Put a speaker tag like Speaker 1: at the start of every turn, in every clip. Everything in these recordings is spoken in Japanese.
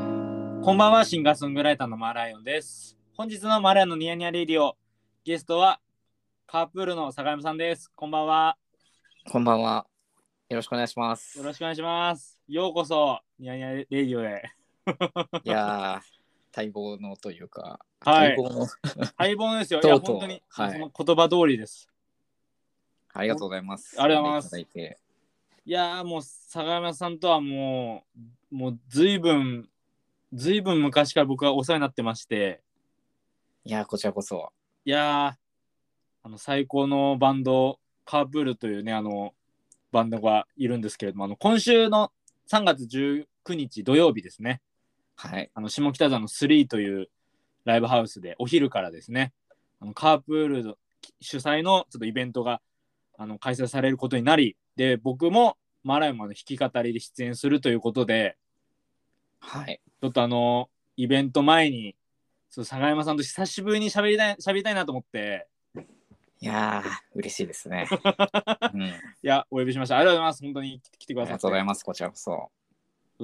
Speaker 1: こんばんは、シンガーソングライターのマーライオンです。本日のマーライオンのニヤニヤレディオ、ゲストはカープールの坂山さんです。こんばんは。
Speaker 2: こんばんは。よろしくお願いします。
Speaker 1: よろしくお願いします。ようこそ、ニヤニヤレディオへ。
Speaker 2: いやー、待望のというか、
Speaker 1: はい
Speaker 2: 待望の、
Speaker 1: 相棒ですよ。い
Speaker 2: と
Speaker 1: や、
Speaker 2: うとう
Speaker 1: 本当に、
Speaker 2: はい
Speaker 1: その言葉通りです。
Speaker 2: ありがとうございます。
Speaker 1: ありがとうございます
Speaker 2: 呼んでただいて
Speaker 1: いやー、もう坂山さんとはもう、もうずいぶん、ずいぶん昔から僕はお世話になってまして、
Speaker 2: いやー、こちらこそ。
Speaker 1: いやー、あの最高のバンド、カープールというね、あの、バンドがいるんですけれども、あの今週の3月19日土曜日ですね、
Speaker 2: はい。
Speaker 1: あの下北沢の3というライブハウスで、お昼からですね、あのカープールの主催のちょっとイベントがあの開催されることになり、で、僕もマライマの弾き語りで出演するということで、
Speaker 2: はい。
Speaker 1: ちょっとあの、イベント前に、ちょっと坂山さんと久しぶりに喋りたい、喋りたいなと思って、
Speaker 2: いやー、嬉しいです ね、うん。あ
Speaker 1: いや、お呼びしました。ありがとうございます。本当に来てくだ
Speaker 2: り
Speaker 1: さ
Speaker 2: が
Speaker 1: っ
Speaker 2: とうござい
Speaker 1: て。
Speaker 2: ます。こちらこそ。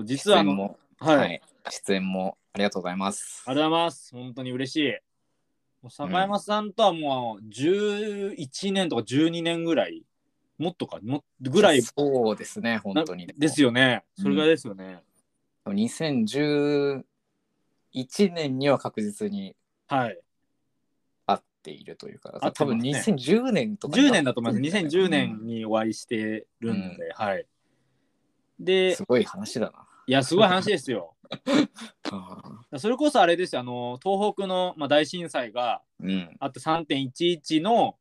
Speaker 1: 実はあ
Speaker 2: 出演
Speaker 1: の、
Speaker 2: も、
Speaker 1: はい、あ
Speaker 2: は
Speaker 1: り
Speaker 2: い。出演もありがとうございます。
Speaker 1: がとうございます。本当に嬉しい。もう坂山さんとはもう11年とか12年ぐらい、もっとか、もっぐらい
Speaker 2: そうですね、本当に。
Speaker 1: ですよね。それぐらいですよね。
Speaker 2: 2011年には確実に
Speaker 1: はい。
Speaker 2: 合っているというか、
Speaker 1: 合って
Speaker 2: 多分
Speaker 1: ますね
Speaker 2: 2010年とかに
Speaker 1: 10
Speaker 2: なってるんじゃない。
Speaker 1: 年だと思います。2010年
Speaker 2: うん
Speaker 1: にお会いしてるので、はい。で、
Speaker 2: すごい話だな。
Speaker 1: いや、すごい話ですよ。それこそあれですよ、あの、東北の、まあ、大震災が、
Speaker 2: うん。
Speaker 1: あと3.11の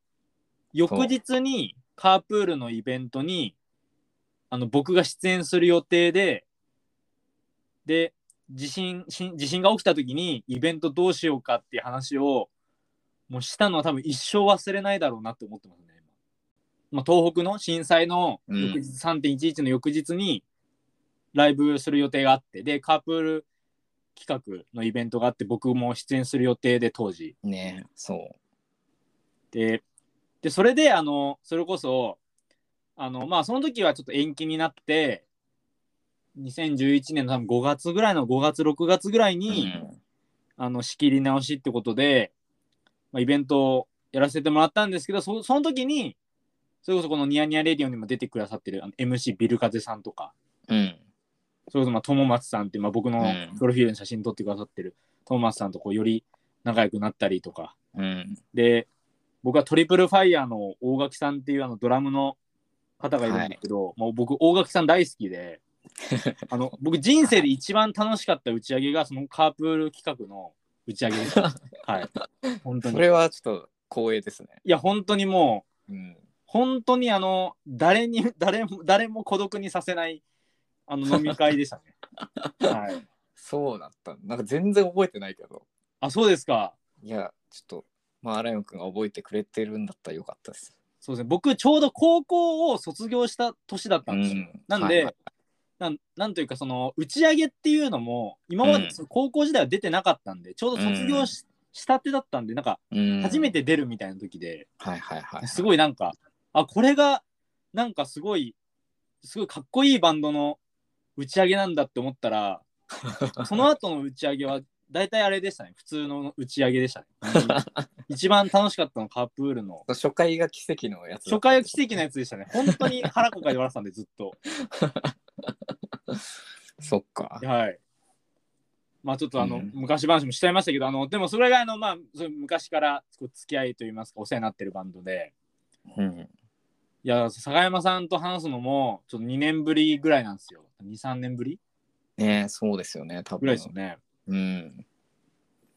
Speaker 1: 翌日にカープールのイベントにあの僕が出演する予定でで地震し地震が起きた時にイベントどうしようかっていう話をもうしたのは多分一生忘れないだろうなって思ってますね。まあ、東北の震災の翌日、3.11の翌日にライブする予定があってでカープール企画のイベントがあって僕も出演する予定で当時。
Speaker 2: ねそう。
Speaker 1: ででそれであのそれこそあのまあその時はちょっと延期になって2011年の多分5月ぐらいの5月6月ぐらいに、あの仕切り直しってことで、まあ、イベントをやらせてもらったんですけどそその時にそれこそこの「ニヤニヤレディオ」にも出てくださってるあの MC ビルカゼさんとか
Speaker 2: うん。うん。
Speaker 1: それこそまあ友松さんっていう、まあ、僕の
Speaker 2: うん
Speaker 1: プロフィールの写真撮ってくださってる友松さんとこうより仲良くなったりとか
Speaker 2: うん。
Speaker 1: で、僕はトリプルファイヤーの大垣さんっていうあのドラムの方がいるんですけど、もう僕、大垣さん大好き で、あの僕、人生で一番楽しかった打ち上げが、そのカープール企画の打ち上げです。 はい。本当
Speaker 2: そ
Speaker 1: に。
Speaker 2: れはちょっと光栄ですね。
Speaker 1: いや、本当にもう、
Speaker 2: うん。
Speaker 1: 本当にあの、誰に、誰も、誰も孤独にさせない、あの飲み会でした ね。はい。
Speaker 2: そうだった。なんか全然覚えてないけど。
Speaker 1: あ、そうですか。
Speaker 2: いや、ちょっと、まあ、アライオン君が覚えてくれてるんだったらよかったです。
Speaker 1: そうですね。僕、ちょうど高校を卒業した年だったんですよ。なんで、
Speaker 2: はい
Speaker 1: なんなんというかその打ち上げっていうのも今までその高校時代は出てなかったんで、ちょうど卒業し,、したてだったんでなんか
Speaker 2: うん
Speaker 1: 初め。て出るみたいな時で、
Speaker 2: はいはいはい。
Speaker 1: す
Speaker 2: ごい。
Speaker 1: ごいなんかあこれがなんかすごいすごいかっこいいバンドの打ち上げなんだって思った らその後の打ち上げは大体あれでしたね普通の打ち上げでした ね一番楽しかったのカープールの
Speaker 2: 初回が奇跡のやつだ
Speaker 1: 初
Speaker 2: った
Speaker 1: 回
Speaker 2: ん
Speaker 1: は
Speaker 2: です。
Speaker 1: 奇跡のやつでしたね本当に腹こかで笑ってたんでずっと
Speaker 2: そっか。
Speaker 1: はい。まあちょっとあの、
Speaker 2: うん
Speaker 1: 昔話もしちゃいましたけど、あのでもそれがあの、まあ、そういう昔からこう付き合いといいますか、お世話になってるバンドで、
Speaker 2: うん。
Speaker 1: いや、坂山さんと話すのも、ちょっと2年ぶりぐらいなんですよ。2、3年ぶり
Speaker 2: ねそうですよね、多分。
Speaker 1: ぐらいですよね。
Speaker 2: うん。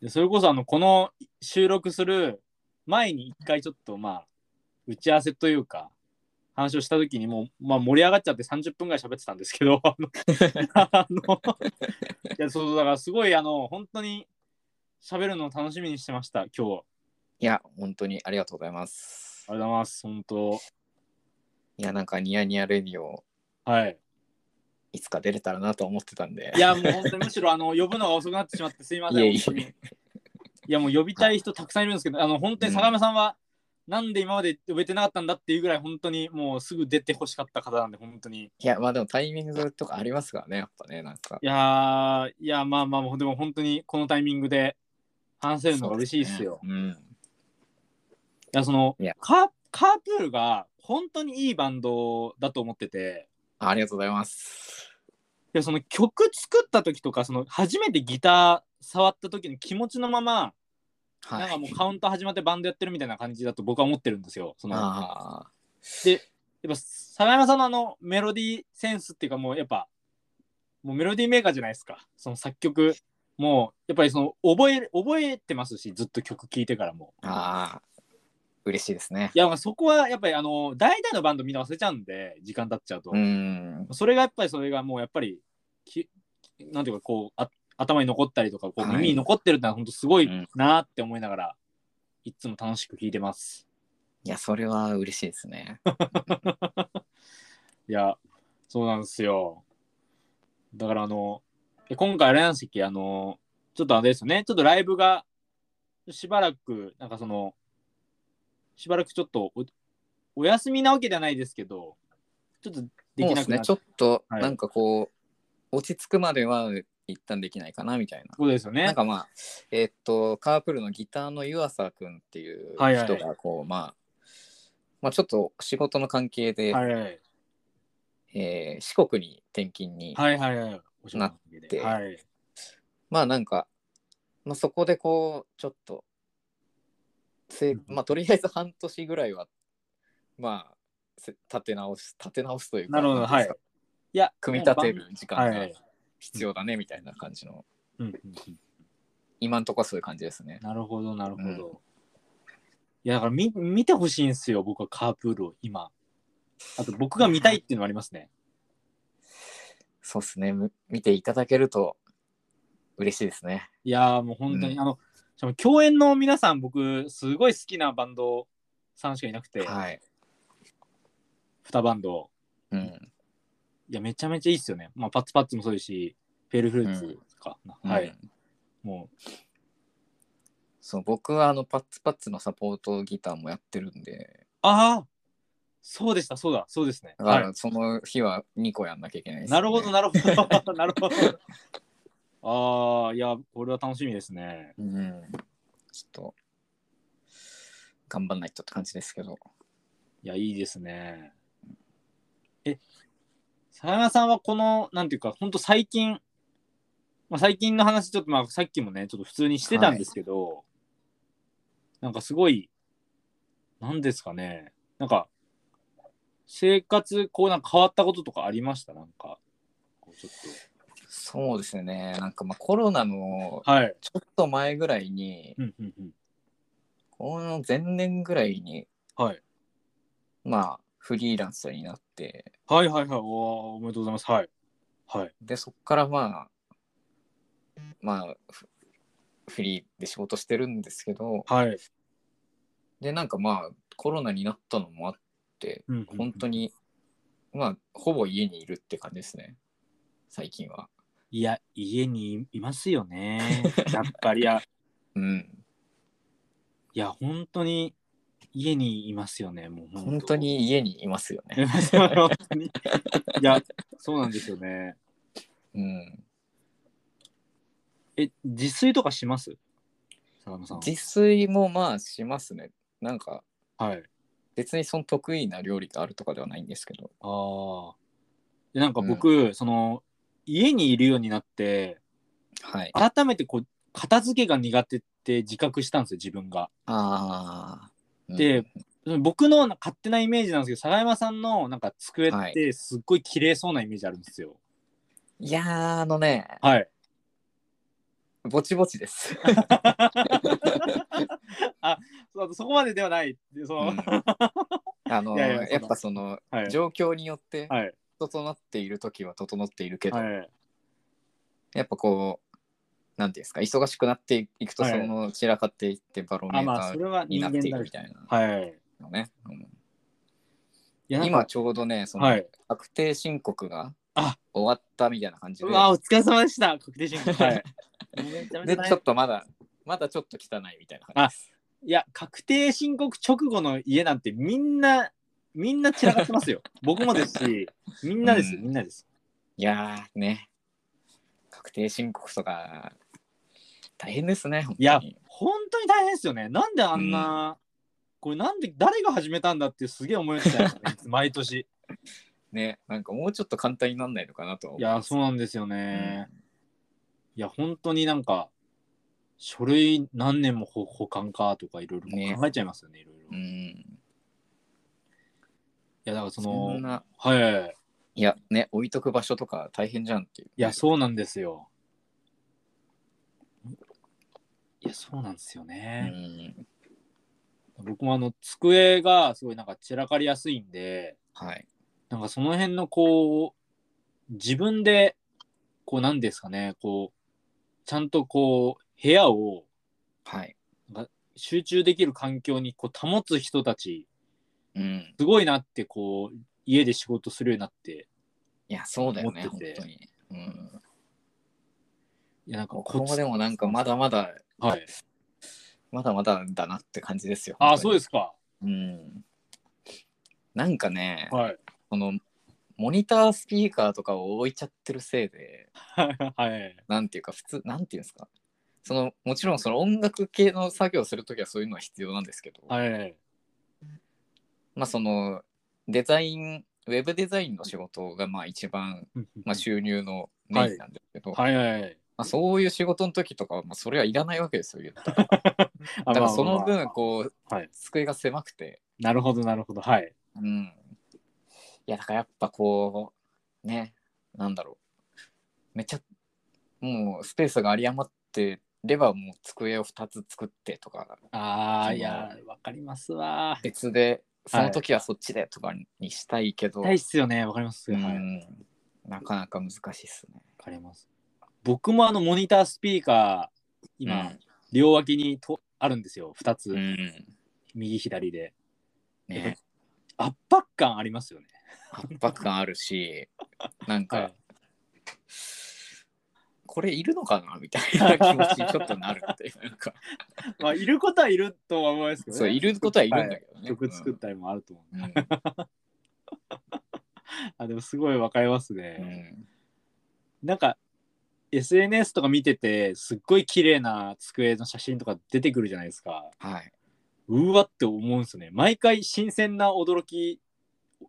Speaker 1: でそれこそあの、この収録する前に一回ちょっとまあ、打ち合わせというか、話をした時にもう、まあ、盛り上がっちゃって30分ぐらい喋ってたんですけど、あのあのいやそうだからすごいあの本当に喋るのを楽しみにしてました今日
Speaker 2: いや、本当にありがとうございます
Speaker 1: あ。りがとうございます本当
Speaker 2: いや、なんかニヤニヤレディオ、
Speaker 1: はい
Speaker 2: いつか出れたらなと思ってたんで。
Speaker 1: いやもう本当にむしろあの呼ぶのが遅くなってしまってすいません
Speaker 2: いえいえ
Speaker 1: 本当にいやもう呼びたい人たくさんいるんですけどあの本当に坂山さんはなんで今まで呼べてなかったんだっていうぐらい本当にもうすぐ出てほしかった方なんで本当に
Speaker 2: いや、まあでもタイミングとかありますからね、やっぱね、なんか
Speaker 1: い。やーいやまあまあでも本当にこのタイミングで話せるのが嬉しいっすよ。
Speaker 2: うん。
Speaker 1: いやその
Speaker 2: いや
Speaker 1: カーカープールが本当にいいバンドだと思ってて
Speaker 2: あありがとうございます。
Speaker 1: いやその曲作った時とかその初めてギター触った時の気持ちのまま
Speaker 2: は
Speaker 1: なんかも
Speaker 2: い。
Speaker 1: うカウント始まってバンドやってるみたいな感じだと僕は思ってるんですよ。そのやっ
Speaker 2: ああ。
Speaker 1: ぱ佐賀山さんのあのメロディーセンスっていうかもうやっぱもうメロディーメーカーじゃないですかその作曲もうやっぱりその覚え覚えてますしずっと曲聴いてからも。
Speaker 2: ああ。嬉しいですね。
Speaker 1: いやまあそこはやっぱりあの大体のバンドみんな忘れちゃうんで時間経っちゃうと、
Speaker 2: うん。
Speaker 1: それがやっぱりそれがもうやっぱりきなんていうかこうあ頭に残ったりとかこう
Speaker 2: はい
Speaker 1: 耳に残ってるってのは本当すごい
Speaker 2: うん
Speaker 1: なーって思いながら、いつも楽しく聴いてます。
Speaker 2: いや、それは嬉しいですね。
Speaker 1: いや、そうなんですよ。だからあの、え今回あれなんですっけ、あの、ちょっとあれですよね、ちょっとライブがしばらく、なんかその、しばらくちょっとおお休みなわけじゃないですけど、ちょっとで
Speaker 2: そう
Speaker 1: き
Speaker 2: で
Speaker 1: な
Speaker 2: す
Speaker 1: くな
Speaker 2: ね。
Speaker 1: っ
Speaker 2: ち
Speaker 1: た
Speaker 2: ょ
Speaker 1: っ
Speaker 2: っと、
Speaker 1: はい
Speaker 2: なんかこう、落ち着くまでは一旦できないかな、みたいな
Speaker 1: て。ことですよ
Speaker 2: なん
Speaker 1: ね。
Speaker 2: かまあ、えーっと、カープルのギターの湯浅くんっていう
Speaker 1: はいはい
Speaker 2: 人が、こう、まあ、まあ、ちょっと仕事の関係で、
Speaker 1: はいはい
Speaker 2: えー四国に転勤に、
Speaker 1: はいはいはい。お仕事の関係で
Speaker 2: なっ
Speaker 1: はい。
Speaker 2: まあなんか、まあ、そこでこう、ちょっと、せまあ、とりあえず半年ぐらいは、まあ、せ立て直す、立て直すというか、
Speaker 1: なるほど、
Speaker 2: ん
Speaker 1: は
Speaker 2: て
Speaker 1: い
Speaker 2: うんですか。
Speaker 1: いや、
Speaker 2: 組み立て
Speaker 1: も
Speaker 2: る時
Speaker 1: うバン。
Speaker 2: 間
Speaker 1: はいは
Speaker 2: が
Speaker 1: い。
Speaker 2: 必要だね、みたいな感じの、
Speaker 1: うんうんうん
Speaker 2: 今んとこはそういう感じですね。
Speaker 1: なるほど、なるほど。
Speaker 2: うん
Speaker 1: いや、だから見見てほしいんですよ、僕はカープールを今。あと、僕が見たいっていうのもありますね。
Speaker 2: そうですね。む見ていただけると嬉しいですね。
Speaker 1: いやー、もう本当に、
Speaker 2: うん
Speaker 1: あの、しかも共演の皆さん、僕、すごい好きなバンドさんしかいなくて、
Speaker 2: はい。
Speaker 1: 2バンド。
Speaker 2: うん。
Speaker 1: いや、めちゃめちゃいいっすよね。まあ、パッツパッツもそうですし、フェルフルーツとか、は
Speaker 2: う
Speaker 1: い
Speaker 2: ん。。
Speaker 1: もう、
Speaker 2: そう、僕はあの、パッツパッツのサポートギターもやってるんで、
Speaker 1: ああそうでした、そうだ、そうですね。
Speaker 2: だか
Speaker 1: は
Speaker 2: らその日は2個やんなきゃいけない
Speaker 1: い。
Speaker 2: です、
Speaker 1: なるほど、。なるほど、 なるほど。ああ、いや、これは楽しみですね。
Speaker 2: うん。ちょっと、頑張んないとって感じですけど。
Speaker 1: いや、いいですね。え、さやまさんはこの、なんていうか、ほんと最近、まあ、最近の話、ちょっとまあ、さっきもね、ちょっと普通にしてたんですけど、なんかすごい、なんですかね、なんか、生活、こう、なんか変わったこととかありましたなんか、こうちょっ
Speaker 2: そうですね。なんかまあコロナの
Speaker 1: と。はい。
Speaker 2: ちょっと前ぐらいに、
Speaker 1: うんうんうん。
Speaker 2: この前年ぐらいに、
Speaker 1: はい。
Speaker 2: まあ、フリーランスになって、
Speaker 1: はいはいはい。おーおめでとうございます。はい。はい。
Speaker 2: で、そこからまあ、まあ、フフリーで仕事してるんですけど、
Speaker 1: はい。
Speaker 2: で、なんかまあ、コロナになったのもあって、
Speaker 1: うんうんうん
Speaker 2: 本当に、まあ、ほぼ家にいるって感じですね、最近は。
Speaker 1: いや、家にいますよ ね。やっぱり、いや、
Speaker 2: うん。
Speaker 1: いや、本当に家にいますよね、もう
Speaker 2: 本当。に家にいますよね。
Speaker 1: 本当 にいや、そうなんですよね。
Speaker 2: うん。
Speaker 1: え、自炊とかします坂野さんは。
Speaker 2: 自炊もまあしますね。なんか、
Speaker 1: はい。
Speaker 2: 別にその得意な料理があるとかではないんですけど。
Speaker 1: ああ。でなんか僕、その、家にいるようになって、
Speaker 2: はい。あ
Speaker 1: 改めてこう、片付けが苦手って自覚したんですよ、自分が。
Speaker 2: あー。
Speaker 1: で
Speaker 2: うん、
Speaker 1: 僕の勝手なイメージなんですけど、坂山さんのなんか机
Speaker 2: は
Speaker 1: って
Speaker 2: い
Speaker 1: すっごい綺麗そうなイメージあるんですよ。
Speaker 2: いやー、あのね、
Speaker 1: はい。
Speaker 2: ぼちぼちです。
Speaker 1: あそそこまでではない。その、
Speaker 2: うんあの
Speaker 1: いやいやそんな
Speaker 2: やっぱその、
Speaker 1: はい。
Speaker 2: 状況によって
Speaker 1: はい。
Speaker 2: 整っている時は整っているけど、
Speaker 1: はい。
Speaker 2: やっぱこうなんていうんですか忙しくなっていくと
Speaker 1: はい
Speaker 2: その散らかっていってバロメ
Speaker 1: あ、
Speaker 2: ー
Speaker 1: まあ、
Speaker 2: タ
Speaker 1: そ
Speaker 2: ー
Speaker 1: れは
Speaker 2: に
Speaker 1: 人
Speaker 2: な
Speaker 1: 間
Speaker 2: ってい
Speaker 1: だ
Speaker 2: るみ
Speaker 1: ろ
Speaker 2: たいな
Speaker 1: はい。い
Speaker 2: のね、うん
Speaker 1: やなんか
Speaker 2: 今ちょうどねその、
Speaker 1: はい。
Speaker 2: 確定申告が
Speaker 1: あ
Speaker 2: 終わったみたいな感じ
Speaker 1: う
Speaker 2: で
Speaker 1: わ、お疲れ様でした。確定申告。はい。
Speaker 2: でちょっとまだまだちょっと汚いみたいな感じです
Speaker 1: いや、確定申告直後の家なんてみんな、みんな散らかってますよ。 僕もですし、みんなです、
Speaker 2: うん
Speaker 1: みんなです。
Speaker 2: いやーね、確定申告とか、大変ですね、本当に
Speaker 1: いや本当に大変ですよね。なんであんな、これなんで、誰が始めたんだってすげえ思いました よね、いつ毎年。
Speaker 2: ね、なんかもうちょっと簡単になんないのかなとは思
Speaker 1: いや、そうなんですよね。いや、本当になんか、書類何年も保保管かとかいろい
Speaker 2: ね
Speaker 1: ろ考えちゃいますよね、いろいろ。
Speaker 2: う
Speaker 1: い
Speaker 2: ん。
Speaker 1: や、だからそ
Speaker 2: そ
Speaker 1: の
Speaker 2: ん、な、
Speaker 1: はい。
Speaker 2: いや、ね、置いとく場所とか大変じゃんっていう。
Speaker 1: いや、そうなんですよ。いや、そうなんですよ
Speaker 2: う
Speaker 1: ね。
Speaker 2: ん。
Speaker 1: 僕もあの、机がすごいなんか散らかりやすいんで、
Speaker 2: はい。
Speaker 1: なんかその辺のこう、自分で、こう、なんですかね、こう、ちゃんとこう、部屋を
Speaker 2: はい。
Speaker 1: 集中できる環境にこう保つ人たち、
Speaker 2: うん。
Speaker 1: すごいなって、こう、家で仕事するようになって、
Speaker 2: いや、そうだよね、
Speaker 1: 思っ
Speaker 2: 本
Speaker 1: てて
Speaker 2: 当に。うん。
Speaker 1: いや、なんか
Speaker 2: こ
Speaker 1: こ
Speaker 2: こ
Speaker 1: っ
Speaker 2: も
Speaker 1: ち、
Speaker 2: でもなんかまだまだ、
Speaker 1: はい。
Speaker 2: まだまだだなって感じですよ。。
Speaker 1: ああ、そうですすか。
Speaker 2: うん。なんかね、
Speaker 1: はい。
Speaker 2: この、モニタースピーカーとかを置いちゃってるせいで、
Speaker 1: はい。
Speaker 2: なんていうか、普通、なんていうんですか。その、もちろんその音楽系の作業をするときはそういうのは必要なんですけど、
Speaker 1: はい。
Speaker 2: まあその、デザイン、ウェブデザインの仕事がまあ一番、まあ、収入のメインなんですけ ど、
Speaker 1: はいはいはい。
Speaker 2: まあ、そういう仕事の時とかは、まあ、それはいらないわけですよ。言ったら
Speaker 1: あ
Speaker 2: だから そ
Speaker 1: ま
Speaker 2: の
Speaker 1: あまあ
Speaker 2: 分、こう、
Speaker 1: はい。
Speaker 2: 机が狭くて、
Speaker 1: なるほど、なるほど。はい。
Speaker 2: うん。いや、だからやっぱこう、ね、なんだろう。めっちゃ、もうスペースが有り余ってれば、もう机を2つ作ってとか、
Speaker 1: ああ、
Speaker 2: その
Speaker 1: いや、わかりますわ。
Speaker 2: 別で、その時はそっちでとかにしたいけど、
Speaker 1: 大事っすよね。わかります。
Speaker 2: う
Speaker 1: はい。わ
Speaker 2: ん、なかなか難しいっすね。
Speaker 1: かります。僕もあの、モニタースピーカー、今、両脇にとあるんですよ。2つ、
Speaker 2: うん、うん。
Speaker 1: 右左で。
Speaker 2: ね、
Speaker 1: 圧迫感ありますよね。
Speaker 2: 圧迫感あるし、なんか、
Speaker 1: はい
Speaker 2: これいるのかなみたいな気持ちにちょっとなるっていう なんか
Speaker 1: まあ、いることはいるとは思いますけどね。
Speaker 2: そういることはいるんだ
Speaker 1: は
Speaker 2: けど
Speaker 1: い
Speaker 2: ね、
Speaker 1: 曲作ったりもあると思う。
Speaker 2: うん、
Speaker 1: あ、でもすごいわかります
Speaker 2: う
Speaker 1: ね。
Speaker 2: ん
Speaker 1: なんか、SNS とか見てて、すっごい綺麗な机の写真とか出てくるじゃないですか。
Speaker 2: はい、
Speaker 1: うわって思うんですよね。毎回新鮮な驚き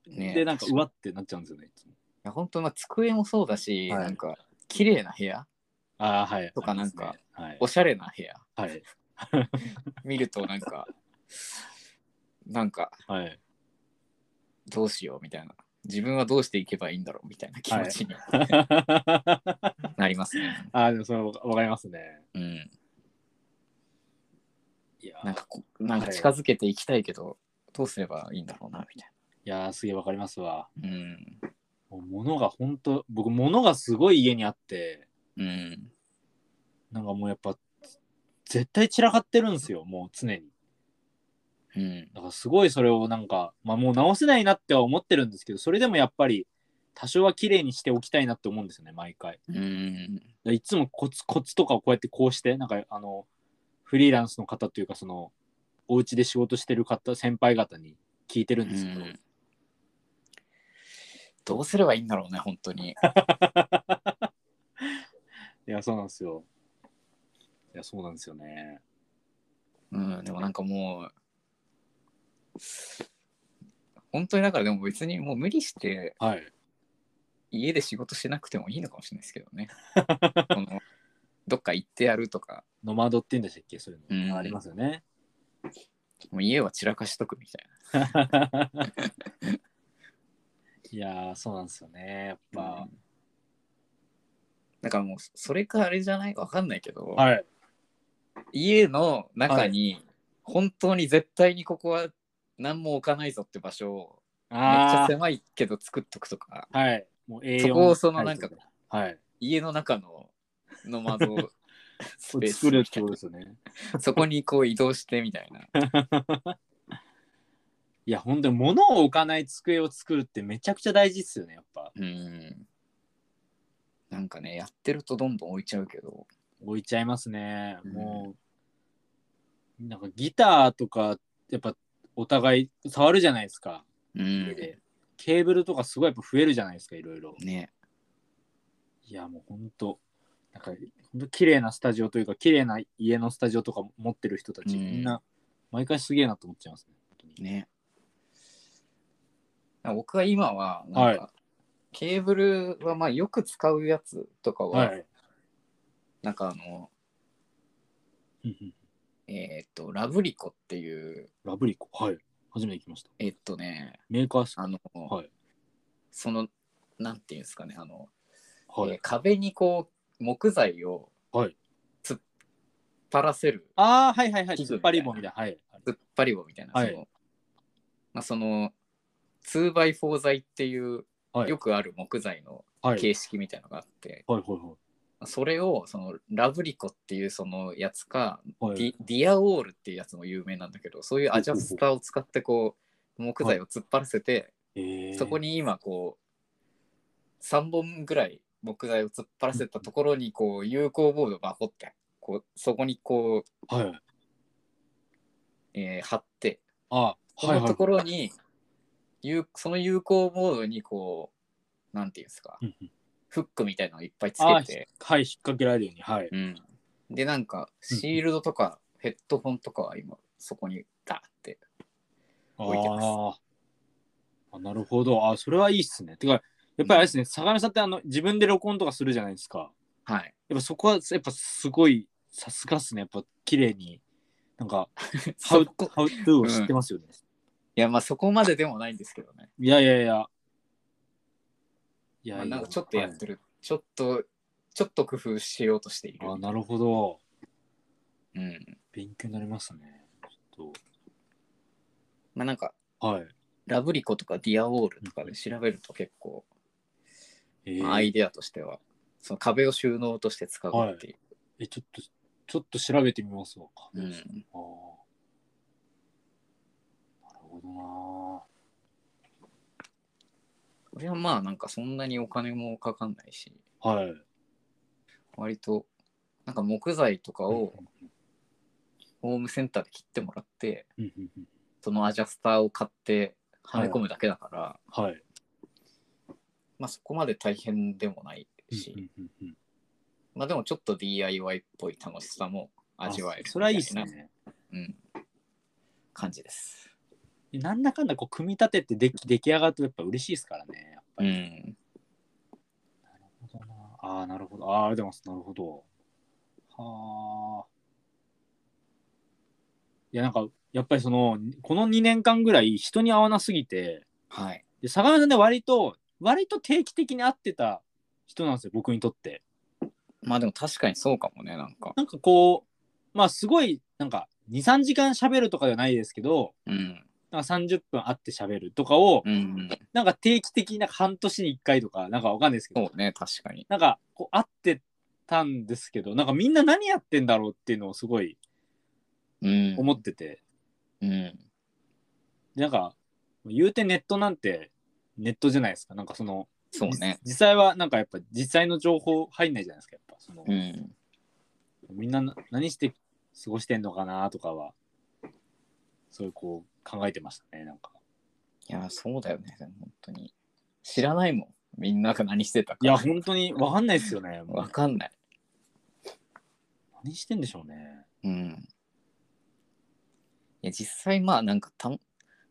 Speaker 2: ね
Speaker 1: でなんか
Speaker 2: 確かに
Speaker 1: うわってなっちゃうんですよね。いつも
Speaker 2: いや本当まあ机もそうだし、
Speaker 1: はい
Speaker 2: なんか綺麗な部屋
Speaker 1: ああはい。
Speaker 2: とかなんか
Speaker 1: あり
Speaker 2: お
Speaker 1: ます
Speaker 2: しゃれな部屋
Speaker 1: ね。はい。
Speaker 2: 見るとなんか なんか
Speaker 1: はい。はい。
Speaker 2: どうしようみたいな自分はどうしていけばいいんだろうみたいな気持ちになりますね、
Speaker 1: ああ、でもそれわかりますね。
Speaker 2: うん
Speaker 1: いやー
Speaker 2: なんかこなんか近づけていきたいけど、どうすればいいんだろうなみたい
Speaker 1: いやーすげえわかりますわ。
Speaker 2: なうん
Speaker 1: もう物が本当僕物がすごい家にあって
Speaker 2: うん
Speaker 1: なんかもうやっぱ絶対散らかってるんですよもう常に。
Speaker 2: うん
Speaker 1: だからすごいそれをなんか、まあ、もう直せないなっては思ってるんですけどそれでもやっぱり多少は綺麗にしておきたいなって思うんですよね毎回。
Speaker 2: うん
Speaker 1: だからいつもコツコツとかをこうやってこうしてなんかあのフリーランスの方というかそのお家で仕事してる方先輩方に聞いてるんですけど、
Speaker 2: うんどうすればいいんだろうね本当に
Speaker 1: いやそうなんですよいやそうなんですよね
Speaker 2: うんでもなんかもう本当にだからでも別にもう無理して
Speaker 1: はい
Speaker 2: 家で仕事しなくてもいいのかもしれないですけど ねこのどっか行ってやるとか
Speaker 1: ノマドって言うんでしたっけそういうの、
Speaker 2: うん
Speaker 1: ありますよね
Speaker 2: もう家は散らかしとくみたい
Speaker 1: いやーそうなんですよねやっ
Speaker 2: な、
Speaker 1: ぱ、
Speaker 2: だからもうそれかあれじゃないわかんないけど、
Speaker 1: はい
Speaker 2: 家の中に本当に絶対にここは何も置かないぞって場所をめっちゃ
Speaker 1: あ
Speaker 2: 狭いけど作っとくとか
Speaker 1: あはいもう A4
Speaker 2: そこをそのなんか
Speaker 1: はい
Speaker 2: 家の中の の窓スペース
Speaker 1: 作る
Speaker 2: み
Speaker 1: って
Speaker 2: たい
Speaker 1: こと
Speaker 2: な
Speaker 1: ですよね
Speaker 2: そこにこう移動してみたいな。
Speaker 1: いや本当に物を置かない机を作るってめちゃくちゃ大事っすよねやっぱ
Speaker 2: うん。なんかね、やってるとどんどん置いちゃうけど。
Speaker 1: 置いちゃいますね、
Speaker 2: うん
Speaker 1: もなんかギターとか、やっぱお互い触るじゃないですか。
Speaker 2: うん。
Speaker 1: でケーブルとかすごいやっぱ増えるじゃないですか、いろいろ。
Speaker 2: ね。
Speaker 1: いや、もうほんと、なんか、ほんと綺麗なスタジオというか、綺麗な家のスタジオとか持ってる人たち、
Speaker 2: うん
Speaker 1: みんな、毎回すげえなと思っちゃいますね。本当に
Speaker 2: ね。僕は今は、なんか、ケーブルはまあよく使うやつとかは、
Speaker 1: はい。
Speaker 2: なんかあの、
Speaker 1: うんうん
Speaker 2: えーっと、ラブリコっていう、
Speaker 1: ラブリコ。はい。初めて聞きました。
Speaker 2: えっとね、
Speaker 1: メーカーっすか
Speaker 2: あの、
Speaker 1: はい。
Speaker 2: その、なんていうんですかね、あの、
Speaker 1: はい。
Speaker 2: えー壁にこう、木材を
Speaker 1: はい
Speaker 2: 突っ張らせる、
Speaker 1: ああ、はいはいはい。
Speaker 2: 器具
Speaker 1: 突っ張り棒みたいな。はい。
Speaker 2: 突っ張り棒みたいな、
Speaker 1: はい
Speaker 2: その、まあその、2x4 材っていう、
Speaker 1: はい。
Speaker 2: よくある木材の
Speaker 1: はい。はい
Speaker 2: 形式みたいなのがあって、
Speaker 1: はいは
Speaker 2: それをそのラブリコっていうそのやつか、
Speaker 1: い。はい。
Speaker 2: ディディアウォールっていうやつも有名なんだけどそういうアジャスターを使ってこう木材を突っ張らせて、
Speaker 1: えー
Speaker 2: そこに今こう3本ぐらい木材を突っ張らせたところにこう有効ボードをバコってこうそこにこう、
Speaker 1: はい。
Speaker 2: えー貼って
Speaker 1: あ
Speaker 2: そ
Speaker 1: はい
Speaker 2: の
Speaker 1: はい
Speaker 2: と。ころに、有その有効ボードにこうなんていうんですか
Speaker 1: うんうん
Speaker 2: フックみたいなのをいっぱいつ
Speaker 1: あー
Speaker 2: けて。
Speaker 1: はい、引っ掛けられるように。はい。
Speaker 2: うん、でなんかシールドとかヘッドホンとかは今そこにダーって置いてます
Speaker 1: あーあ。なるほど。あそれはいいっすね。てか、やっぱりあれですね、相模さんってあの自分で録音とかするじゃないですか。
Speaker 2: はい
Speaker 1: やっぱそこは、やっぱすごい、さすがっすね。やっぱ綺麗に、なんか、ハウ
Speaker 2: そ
Speaker 1: ト
Speaker 2: こ
Speaker 1: ゥーを知ってますよね。
Speaker 2: いやまあそこまででもないんですけどね、
Speaker 1: いやいやいや。いや
Speaker 2: まあ、
Speaker 1: いや、
Speaker 2: なんかちょっとやって
Speaker 1: る。
Speaker 2: る、ちょっとちょっと工夫しようとしている
Speaker 1: あ、なるほど。
Speaker 2: うん、
Speaker 1: 勉強になりましたね。ちょっ
Speaker 2: まあなんか
Speaker 1: と。はい。
Speaker 2: ラブリコとかディアウォールとかで調べると結構、
Speaker 1: えー
Speaker 2: まあアイデアとしてはその壁を収納として使うっていう、
Speaker 1: えちょっと、ちょっと調べてみますわ。
Speaker 2: うん、
Speaker 1: ああ。なるほどな。
Speaker 2: これはまあなんかそんなにお金もかかんないし
Speaker 1: はい。
Speaker 2: 割となんか木材とかをホームセンターで切ってもらって、
Speaker 1: うんうんうん
Speaker 2: そのアジャスターを買ってはめ込むだけだから、
Speaker 1: はい。
Speaker 2: まあそこまで大変でもないし、
Speaker 1: うんうんうんうん
Speaker 2: まあでもちょっと DIY っぽい楽しさも味わえる
Speaker 1: あそれはいいです
Speaker 2: みた
Speaker 1: ね。
Speaker 2: な、うん、感じです。
Speaker 1: なんだかんだこう組み立ててでき出来上がるとやっぱ嬉しいですからね。やっぱ
Speaker 2: う
Speaker 1: り。
Speaker 2: ん、
Speaker 1: なるほどなああ、なるほど。ああ、ありがとうございます。なるほど。はあ。いや、なんか、やっぱりその、この2年間ぐらい人に会わなすぎて、
Speaker 2: はい。
Speaker 1: で、坂上さんね、割と、割と定期的に会ってた人なんですよ、僕にとって。
Speaker 2: まあでも確かにそうかもね、なんか。
Speaker 1: なんかこう、まあすごい、なんか、2、3時間喋るとかではないですけど、
Speaker 2: うん。
Speaker 1: なんか30分会って喋るとかを、
Speaker 2: うん、
Speaker 1: なんか定期的になんか半年に1回とか、なんかわかんないですけど
Speaker 2: そ、うね、確かに。
Speaker 1: なんかこう会ってたんですけど、なんかみんな何やってんだろうっていうのをすごい
Speaker 2: うん。
Speaker 1: 思ってて、
Speaker 2: うん。
Speaker 1: でなんか、言うてネットなんてネットじゃないですか、なんかその、
Speaker 2: そうね。
Speaker 1: 実際はなんかやっぱ実際の情報入んないじゃないですか、やっぱその。
Speaker 2: うん。
Speaker 1: みんなな何して過ごしてんのかなとかは、そういうこう考えてましたね、なんか。
Speaker 2: いや、そうだよね、でも本当に。知らないもん。みんなが何してたか。
Speaker 1: いや、本当にわかんないですよね。も
Speaker 2: わ
Speaker 1: う
Speaker 2: かんない。
Speaker 1: 何してんでしょうね。
Speaker 2: うん。いや、実際、まあ、なんかたん、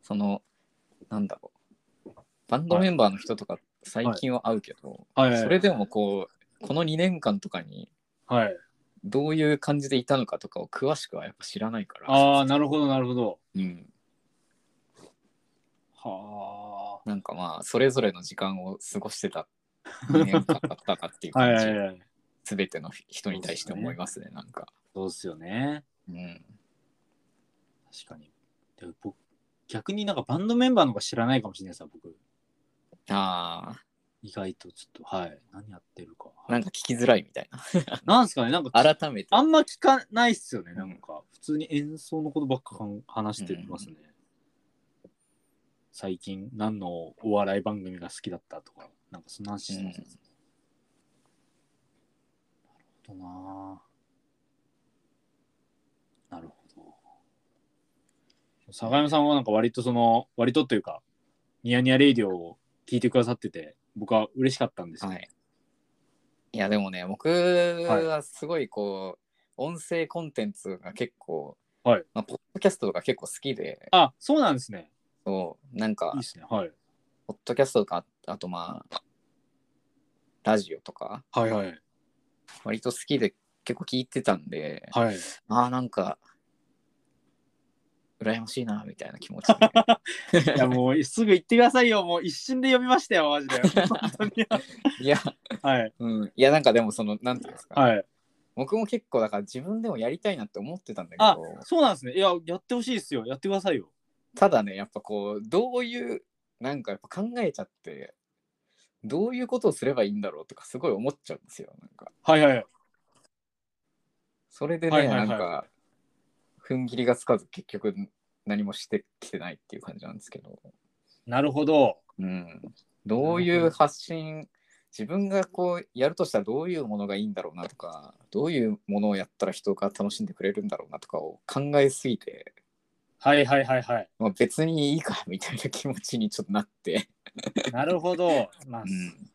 Speaker 2: その、なんだろう。バンドメンバーの人とか、最近は会うけど、
Speaker 1: はい。
Speaker 2: それでもこう、この2年間とかに、
Speaker 1: はい。
Speaker 2: どういう感じでいたのかとかを詳しくはやっぱ知らないから。
Speaker 1: ああ、なるほど、なるほど。
Speaker 2: うん。
Speaker 1: は
Speaker 2: なんかまあ、それぞれの時間を過ごしてた2年間だったなっていう
Speaker 1: あ。はい
Speaker 2: 感
Speaker 1: は
Speaker 2: じ、
Speaker 1: いはい。
Speaker 2: すべての人に対して思いますね、なんか。
Speaker 1: そうですよね。
Speaker 2: うん。
Speaker 1: 確かに。で僕逆になんかバンドメンバーの方が知らないかもしれないですわ僕。
Speaker 2: あ
Speaker 1: 意外とちょっと、はい。何やってるか。
Speaker 2: あ、なんか聞きづらいみたいな。
Speaker 1: なんですかね、なんか
Speaker 2: 改めて。
Speaker 1: あんま聞かないっすよね、なんか。普通に演奏のことばっかかん話してますね。最近、何のお笑い番組が好きだったとか、なんかそんな話してますね。なるほどなぁなるほど。坂山さんはなんか割とその、割とというか、ニヤニヤレイディオを聞いてくださってて、僕は嬉しかったんですよ。
Speaker 2: はい。いや、でもね、僕はすごいこう、音声コンテンツが結構、
Speaker 1: はい
Speaker 2: まあ、ポッドキャストが結構好きで、
Speaker 1: あ、そうなんですね。
Speaker 2: そうなんか
Speaker 1: いいで、すね。はい。
Speaker 2: ポッドキャストとか、あとまあ、ラジオとか、
Speaker 1: はいはい。
Speaker 2: 割と好きで結構聞いてたんで、
Speaker 1: はい。
Speaker 2: ああ、なんか、羨ましいな、みたいな気持ちで。
Speaker 1: いやもうすぐ言ってくださいよ。もう一瞬で読みましたよ、マジで。本 当に。
Speaker 2: いや、
Speaker 1: はい。
Speaker 2: うん。いや、なんかでも、その、なんていうんですか、
Speaker 1: はい。
Speaker 2: 僕も結構、だから自分でもやりたいなって思ってたんだけ
Speaker 1: あ
Speaker 2: ど、
Speaker 1: そうなんですね。いや、やってほしいですよ。やってくださいよ。
Speaker 2: ただね、やっぱこう、どういう、なんかやっぱ考えちゃって、どういうことをすればいいんだろうとか、すごい思っちゃうんですよ。なんか、
Speaker 1: はいはい。
Speaker 2: それでね、
Speaker 1: はいはいはい
Speaker 2: なんか、踏ん切りがつかず、結局、何もしてきてないっていう感じなんですけど、
Speaker 1: なるほど。
Speaker 2: うん。どういう発信、自分がこう、やるとしたらどういうものがいいんだろうなとか、どういうものをやったら人が楽しんでくれるんだろうなとかを考えすぎて、
Speaker 1: はいはいはいはい。
Speaker 2: まあ、別にいいか、みたいな気持ちにちょっとなって。
Speaker 1: なるほど。まあ、
Speaker 2: うん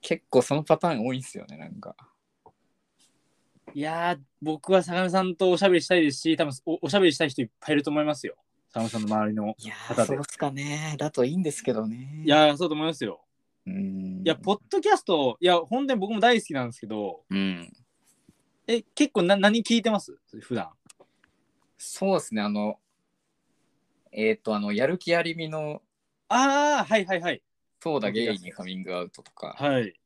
Speaker 2: 結構そのパターン多いんすよねなんか
Speaker 1: いやー、僕は坂上さんとおしゃべりしたいですし、多分おおしゃべりしたい人いっぱいいると思いますよ。坂上さんの周りの。
Speaker 2: いや
Speaker 1: パターンで
Speaker 2: そうっすかねだといいんですけどね
Speaker 1: いやー、そうと思いますよ。
Speaker 2: うん
Speaker 1: いや、ポッドキャスト、いや、本当に僕も大好きなんですけど、
Speaker 2: うん
Speaker 1: え、結構な何聞いてます普段。
Speaker 2: そうですねあのえっ、とあのやる気ありみの
Speaker 1: あー、はいはいはい。
Speaker 2: 「そうだゲイにカミングアウト」とか
Speaker 1: はい。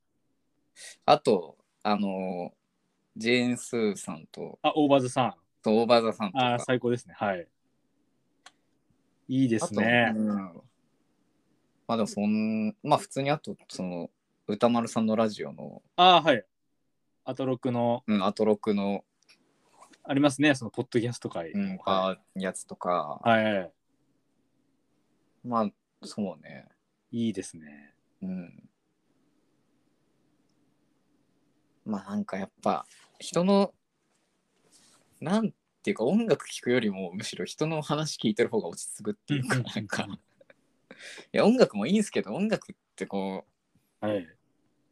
Speaker 2: あとあのジェーン・スーさんと
Speaker 1: あ、オーバーズさん。
Speaker 2: とオーバーザさんとか
Speaker 1: あー、最高ですね。はい。いいですね
Speaker 2: あと。うんまあでもそんまあ普通にあとその歌丸さんのラジオの、
Speaker 1: あー、はい。アトロックの、
Speaker 2: うん、アトロクの、
Speaker 1: ありますね、そのポッドキャスト会。
Speaker 2: うん、
Speaker 1: は
Speaker 2: あやつとか、
Speaker 1: い。はいはい。
Speaker 2: まあ、そうね。
Speaker 1: いいですね。
Speaker 2: うん。まあ、なんかやっぱ、人の、なんていうか、音楽聴くよりも、むしろ人の話聞いてる方が落ち着くっていう
Speaker 1: う
Speaker 2: か、
Speaker 1: んうんうん
Speaker 2: なんか、いや、音楽もいいんですけど、音楽ってこ
Speaker 1: はい。
Speaker 2: う、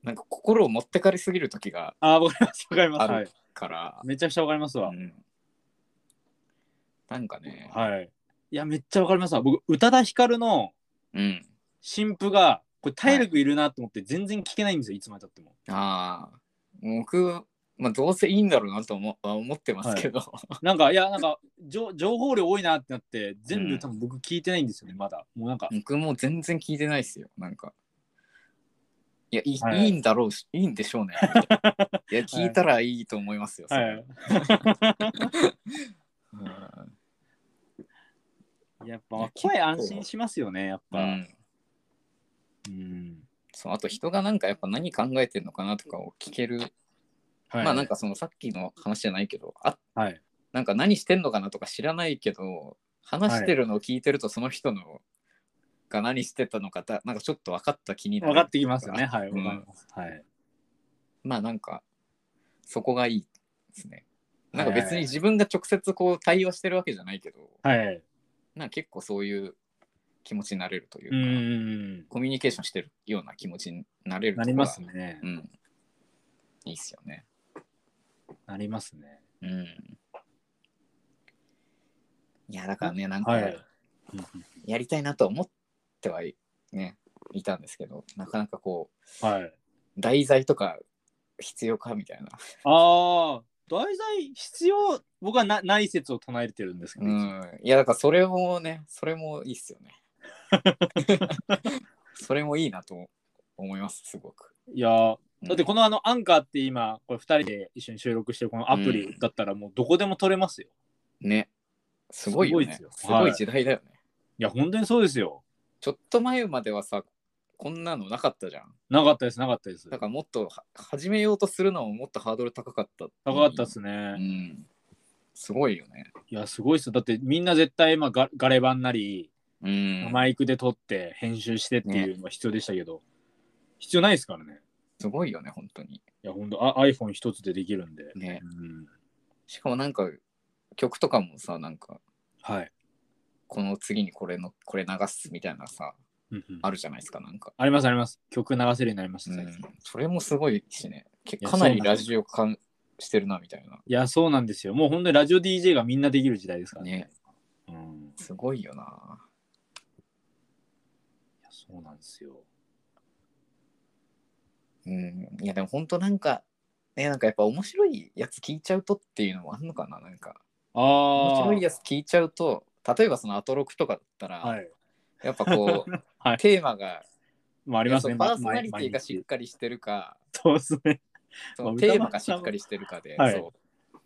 Speaker 2: なんか心を持ってかれすぎる時が
Speaker 1: あー、わかります。わかります。
Speaker 2: あ
Speaker 1: はい
Speaker 2: る。から、
Speaker 1: めちゃくちゃわかりますわ。
Speaker 2: うんなんかね、
Speaker 1: はい。いや、めっちゃわかりますわ。僕、宇多田ヒカルの
Speaker 2: うん。
Speaker 1: 新譜が、これ体力いるなと思って全然聞けないんですよ、い、つまでたっても。
Speaker 2: ああ、僕、まあ、どうせいいんだろうな と思は思ってますけど、
Speaker 1: なんか、いや、なんか、情情報量多いなってなって、全
Speaker 2: う
Speaker 1: 部
Speaker 2: ん
Speaker 1: 多分僕聞いてないんですよね、まだ。もうなんか、
Speaker 2: 僕も全然聞いてないですよなんかいやいい,、
Speaker 1: はい
Speaker 2: い、いんだろうしいいんでしょ うねいや聞いたらいいと思いますよ、そ
Speaker 1: は
Speaker 2: れ
Speaker 1: い。
Speaker 2: うん
Speaker 1: やっぱ、声安心しますよね、やっ
Speaker 2: う
Speaker 1: ぱ。うん。
Speaker 2: んそうあと人がなんかやっぱ何考えてるのかなとかを聞ける、
Speaker 1: はい、
Speaker 2: まあなんかそのさっきの話じゃないけどあ
Speaker 1: はい。
Speaker 2: なんか何してんのかなとか知らないけど話してるのを聞いてるとその人の、が何してたのかだなんかちょっと分かった気になる
Speaker 1: 分かってきますよね、はい。
Speaker 2: うん
Speaker 1: わかります。はい。
Speaker 2: まあなんか、そこがいいですね。なんか
Speaker 1: はいはい
Speaker 2: 別
Speaker 1: はい
Speaker 2: に自分が直接こう対応してるわけじゃないけど、
Speaker 1: はい。
Speaker 2: なんか結構そういう気持ちになれるという
Speaker 1: う
Speaker 2: か、
Speaker 1: ん。
Speaker 2: コミュニケーションしてるような気持ちになれる
Speaker 1: な
Speaker 2: と
Speaker 1: り
Speaker 2: こ
Speaker 1: ま
Speaker 2: が
Speaker 1: すね
Speaker 2: う。ん。いいっすよね。
Speaker 1: なりますね。
Speaker 2: うん。いや、だからね、なんか
Speaker 1: はい。
Speaker 2: やりたいなとは思ってはい、ね、いたんですけど、なかなかこう、
Speaker 1: はい。
Speaker 2: 題材とか必要かみたいな。
Speaker 1: ああ、題材必要、僕はなない説を唱えてるんですけど、
Speaker 2: うん、いやだからそれもねそれもいいっす よねそれもいいなと思いますすごく、
Speaker 1: いやー
Speaker 2: うん
Speaker 1: だってこのあのアンカーって今これ2人で一緒に収録してるこのアプ
Speaker 2: う
Speaker 1: リ
Speaker 2: ん
Speaker 1: だったらもうどこでも撮れますよ。
Speaker 2: ねすごいよね
Speaker 1: す
Speaker 2: す
Speaker 1: ごい
Speaker 2: ご
Speaker 1: っ
Speaker 2: い
Speaker 1: すよはい
Speaker 2: 時代だよね、
Speaker 1: いや本当にそうですよ。
Speaker 2: ちょっと前まではさこんなのなかったじゃん
Speaker 1: なかったですなかったです。
Speaker 2: だ
Speaker 1: 高
Speaker 2: からもっとは始めようとするのももっとハードル高かった
Speaker 1: かったです
Speaker 2: う
Speaker 1: ね。
Speaker 2: んすごいよね
Speaker 1: いやすごいですよ。だってみんな絶対まあガガレ版なり
Speaker 2: うん
Speaker 1: マイクで撮って編集してっていうのが必要でしたけど、必要ないですからね。
Speaker 2: すごいよね本当に
Speaker 1: いや本当あ iPhone 一つでできるんで。
Speaker 2: ね
Speaker 1: うん、
Speaker 2: しかもなんか曲とかもさなんか
Speaker 1: はい。
Speaker 2: この次にこれのこれ流すみたいなさ
Speaker 1: うんうん
Speaker 2: あるじゃないですかなんか、
Speaker 1: ありますあります。曲流せるようになりまし
Speaker 2: う
Speaker 1: た、最近
Speaker 2: ん、それもすごいしねけ
Speaker 1: いや
Speaker 2: かな
Speaker 1: そう
Speaker 2: り
Speaker 1: なんだ
Speaker 2: ラジオ感してるなみたい
Speaker 1: いや、そうなんですよ。もう本当にラジオ DJ がみんなできる時代ですか
Speaker 2: な
Speaker 1: ら
Speaker 2: ね
Speaker 1: うん、
Speaker 2: すごいよない
Speaker 1: やそうなんですよ。
Speaker 2: うんいやでも本当なんかねなんかやっぱ面白いやつ聞いちゃうとっていうのもあるのかななんか
Speaker 1: あ
Speaker 2: 面
Speaker 1: あ。
Speaker 2: 白いやつ聞いちゃうと例えばそのアトロクとかだったら、
Speaker 1: はい。
Speaker 2: やっぱこう、
Speaker 1: はい
Speaker 2: テーマが
Speaker 1: まあ、あります
Speaker 2: い
Speaker 1: ね。
Speaker 2: やそうパーソナリティがしっ
Speaker 1: し
Speaker 2: かりしてるか
Speaker 1: そうですね。
Speaker 2: そ
Speaker 1: まあ
Speaker 2: の
Speaker 1: 歌丸
Speaker 2: テーマがしっかりしてるかで、
Speaker 1: さんはい
Speaker 2: そう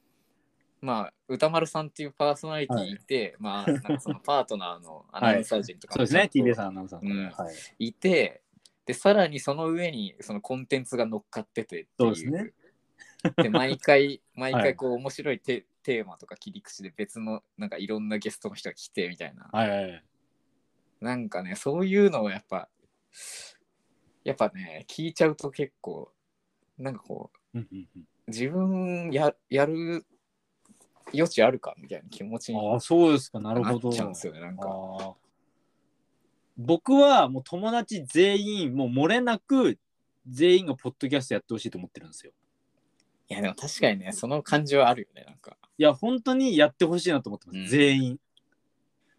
Speaker 2: まあ歌丸さんっていうパーソナリティいて、まあなんかそのパートナーのアナウンサー陣とか
Speaker 1: そう
Speaker 2: も
Speaker 1: で
Speaker 2: ち
Speaker 1: す
Speaker 2: ゃん
Speaker 1: ね。
Speaker 2: と
Speaker 1: TBS アナウンサーの
Speaker 2: うん
Speaker 1: 方はい。
Speaker 2: いてでさらにその上にそのコンテンツが乗っかっててって
Speaker 1: そう
Speaker 2: いう
Speaker 1: ですね
Speaker 2: で毎回毎
Speaker 1: は
Speaker 2: 回
Speaker 1: い
Speaker 2: こう面白いテテーマとか切り口で別のなんかいろんなゲストの人が来てみたいな、
Speaker 1: はいはいはい。
Speaker 2: なんかねそういうのをやっぱやっぱね聞いちゃうと結構なんかこう
Speaker 1: うんうんうん
Speaker 2: 自分ややる余地あるかみたいな気持ちに
Speaker 1: ああ、そうですか。なる
Speaker 2: な
Speaker 1: ほ
Speaker 2: っ
Speaker 1: ど。
Speaker 2: ちゃうんですよねなんか
Speaker 1: あー僕はもう友達全員、もう漏れなく全員がポッドキャストやってほしいと思ってるんですよ。
Speaker 2: いやでも確かにねその感じはあるよねなんか
Speaker 1: いや、本当にやってほしいなと思ってます。
Speaker 2: うん
Speaker 1: 全員。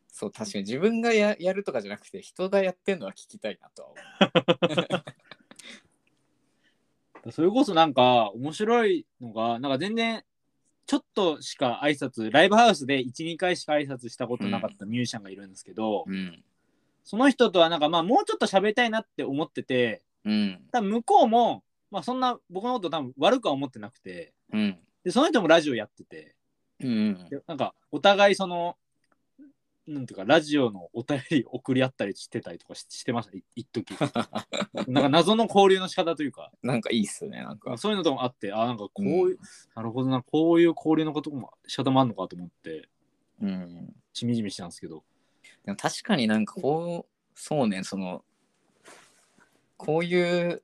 Speaker 2: そう確かに自分がややるとかじゃなくて人がやってるのは聞きたいなとは思
Speaker 1: それこそなんか面白いのがなんか全然ちょっとしか挨拶ライブハウスで12回しか挨拶したことなかったミュージシャンがいるんですけど、
Speaker 2: ううん
Speaker 1: その人とはなんかまあもうちょっと喋りたいなって思ってて
Speaker 2: うん
Speaker 1: 多分向こうも、まあ、そんな僕のこと多分悪くは思ってなくて
Speaker 2: うん
Speaker 1: でその人もラジオやってて
Speaker 2: うん
Speaker 1: でなんかお互いそのなんていうかラジオのお便り送り合ったりしてたりとかししてましたい一時 なんか謎の交流の仕方というか
Speaker 2: なんかいいっすねなんか
Speaker 1: そういうのともあってあなんかこういう、
Speaker 2: うん
Speaker 1: なるほどなこういう交流のことも仕方もあるのかと思って
Speaker 2: うん
Speaker 1: しみじみしたんですけど
Speaker 2: でも確かになんかこうそうねそのこういう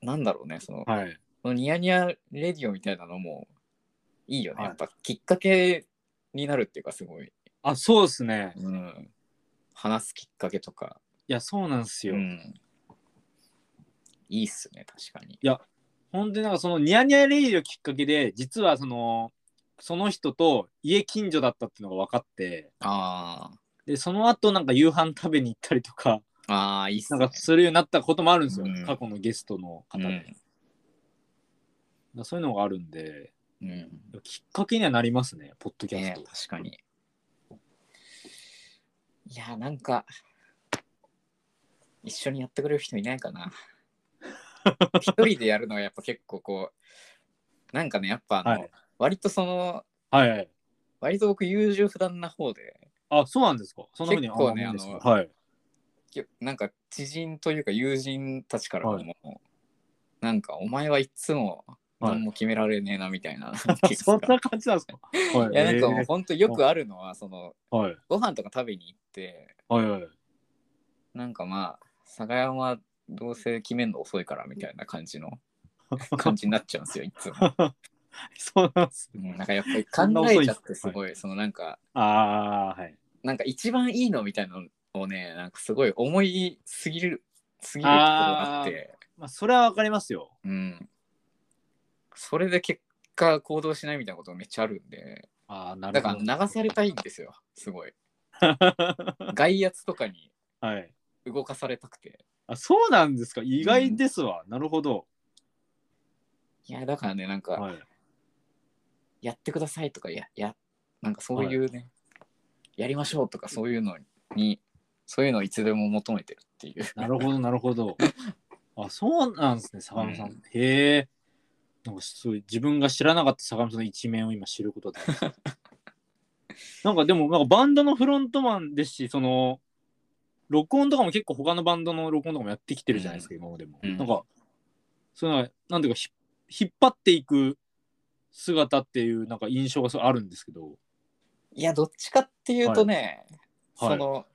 Speaker 2: なんだろうねその
Speaker 1: はい
Speaker 2: このニヤニヤレディオみたいなのもいいよね。
Speaker 1: はい
Speaker 2: やっぱきっかけになるっていうかすごい。
Speaker 1: あそうですね
Speaker 2: うん、話すきっかけとか。
Speaker 1: いやそうなんですよ、
Speaker 2: うん、いいっすね、確かに。
Speaker 1: ほんでなんかそのニヤニヤレイディをきっかけで実はそのその人と家近所だったっていうのが分かって
Speaker 2: あ
Speaker 1: でその後なんか夕飯食べに行ったりとか
Speaker 2: あ、ああ、いいっす
Speaker 1: なん
Speaker 2: ね。
Speaker 1: かするようになったこともあるんですよ、
Speaker 2: うん
Speaker 1: 過去のゲストの方
Speaker 2: う
Speaker 1: で、だか
Speaker 2: ん
Speaker 1: らそういうのがあるんで
Speaker 2: うん
Speaker 1: きっかけにはなりますねポッドキャス
Speaker 2: ね
Speaker 1: ト、
Speaker 2: 確かに。いや、なんか、一緒にやってくれる人いないかな。 一人でやるのはやっぱ結構こう、なんかね、やっぱあの、
Speaker 1: はい
Speaker 2: 割とその、
Speaker 1: はいはい
Speaker 2: 割と僕優柔不断な方で
Speaker 1: あそうなんですかそんなふうに
Speaker 2: 結構ね
Speaker 1: あ思うんですか
Speaker 2: あの
Speaker 1: はい
Speaker 2: きょなんか知人というか友人たちからも、なんかお前はいつも何も決められねえなみたいな、 い、
Speaker 1: そんな感じなんですか。はい
Speaker 2: やなんかもうほんとよくあるのはその
Speaker 1: はい
Speaker 2: ご飯とか食べに行って
Speaker 1: はいはい。
Speaker 2: なんかまあ酒山はどうせ決めるの遅いからみたいな感じの 感じになっちゃうんですよいつも、
Speaker 1: そうなんです。
Speaker 2: うんなんかやっぱ
Speaker 1: そん
Speaker 2: り
Speaker 1: な
Speaker 2: 考
Speaker 1: 遅い
Speaker 2: え
Speaker 1: ん
Speaker 2: ち
Speaker 1: で
Speaker 2: ゃ
Speaker 1: す
Speaker 2: ってすごいそのなんか
Speaker 1: ああはい。
Speaker 2: なんか一番いいのみたいなのをねなんかすごい思いすぎるすぎるところがあって
Speaker 1: まあそれはわかりますよ。
Speaker 2: うん。それで結果行動しないみたいなことめっちゃあるんで、
Speaker 1: ああな
Speaker 2: だ
Speaker 1: る
Speaker 2: か
Speaker 1: ほど。
Speaker 2: ら 流されたいんですよ、すごい。
Speaker 1: は
Speaker 2: 外圧とかに
Speaker 1: い。
Speaker 2: 動かされたくて。
Speaker 1: あそうなんですか。意外ですわ。なるほど。
Speaker 2: いや、だからね、なんか、
Speaker 1: はい。
Speaker 2: やってくださいとか、や、や、なんかそういうね、やりましょうとか、そういうのに、そういうのをいつでも求めてるっていう。
Speaker 1: なるほどなるほ ど。あそうなんですね坂本さん。
Speaker 2: うん
Speaker 1: へえ。なんかすごい自分が知らなかった坂本さんの一面を今知ることだ。なんかでもなんかバンドのフロントマンですしその録音とかも結構他のバンドの録音とかもやってきてるじゃないですか、今までも。
Speaker 2: うん
Speaker 1: なんかそういうのがなんていうかひ引っ張っていく姿っていうなんか印象がすごいあるんですけど。
Speaker 2: いや、どっちかっていうとね、
Speaker 1: はい
Speaker 2: その、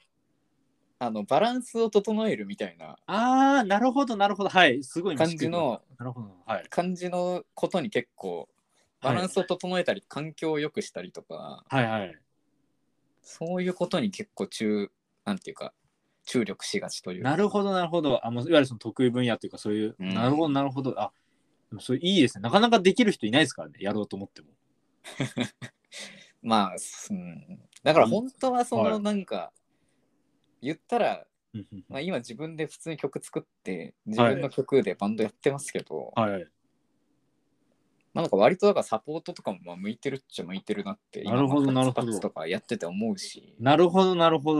Speaker 2: あの、バランスを整えるみたいな
Speaker 1: ああなるほどなるほどはいすごい今
Speaker 2: 感じの、
Speaker 1: なるほどはい。
Speaker 2: 感じのことに結構、バランスを整えたり、環境を良くしたりとか、
Speaker 1: はいはい。
Speaker 2: そういうことに結構注、なんていうか、注力しがちというか
Speaker 1: なるほど、なるほど。あ、もういわゆるその得意分野というか、そういう、
Speaker 2: うん
Speaker 1: なるほど、なるほど。あ、でもそれいいですね。なかなかできる人いないですからね、やろうと思っても。
Speaker 2: まあ、うん、だから本当はそ
Speaker 1: は
Speaker 2: の
Speaker 1: い
Speaker 2: なんか、言ったら、
Speaker 1: うんうんうん
Speaker 2: まあ、今自分で普通に曲作って自分の曲でバンドやってますけど、
Speaker 1: はい。
Speaker 2: まあなんか割とだからサポートとかもまあ向いてるっちゃ向いてるなって
Speaker 1: なるほど
Speaker 2: 今
Speaker 1: なる
Speaker 2: ん
Speaker 1: ほ
Speaker 2: か
Speaker 1: ど
Speaker 2: ツパツとかやってて思うし
Speaker 1: なるほど、なるほ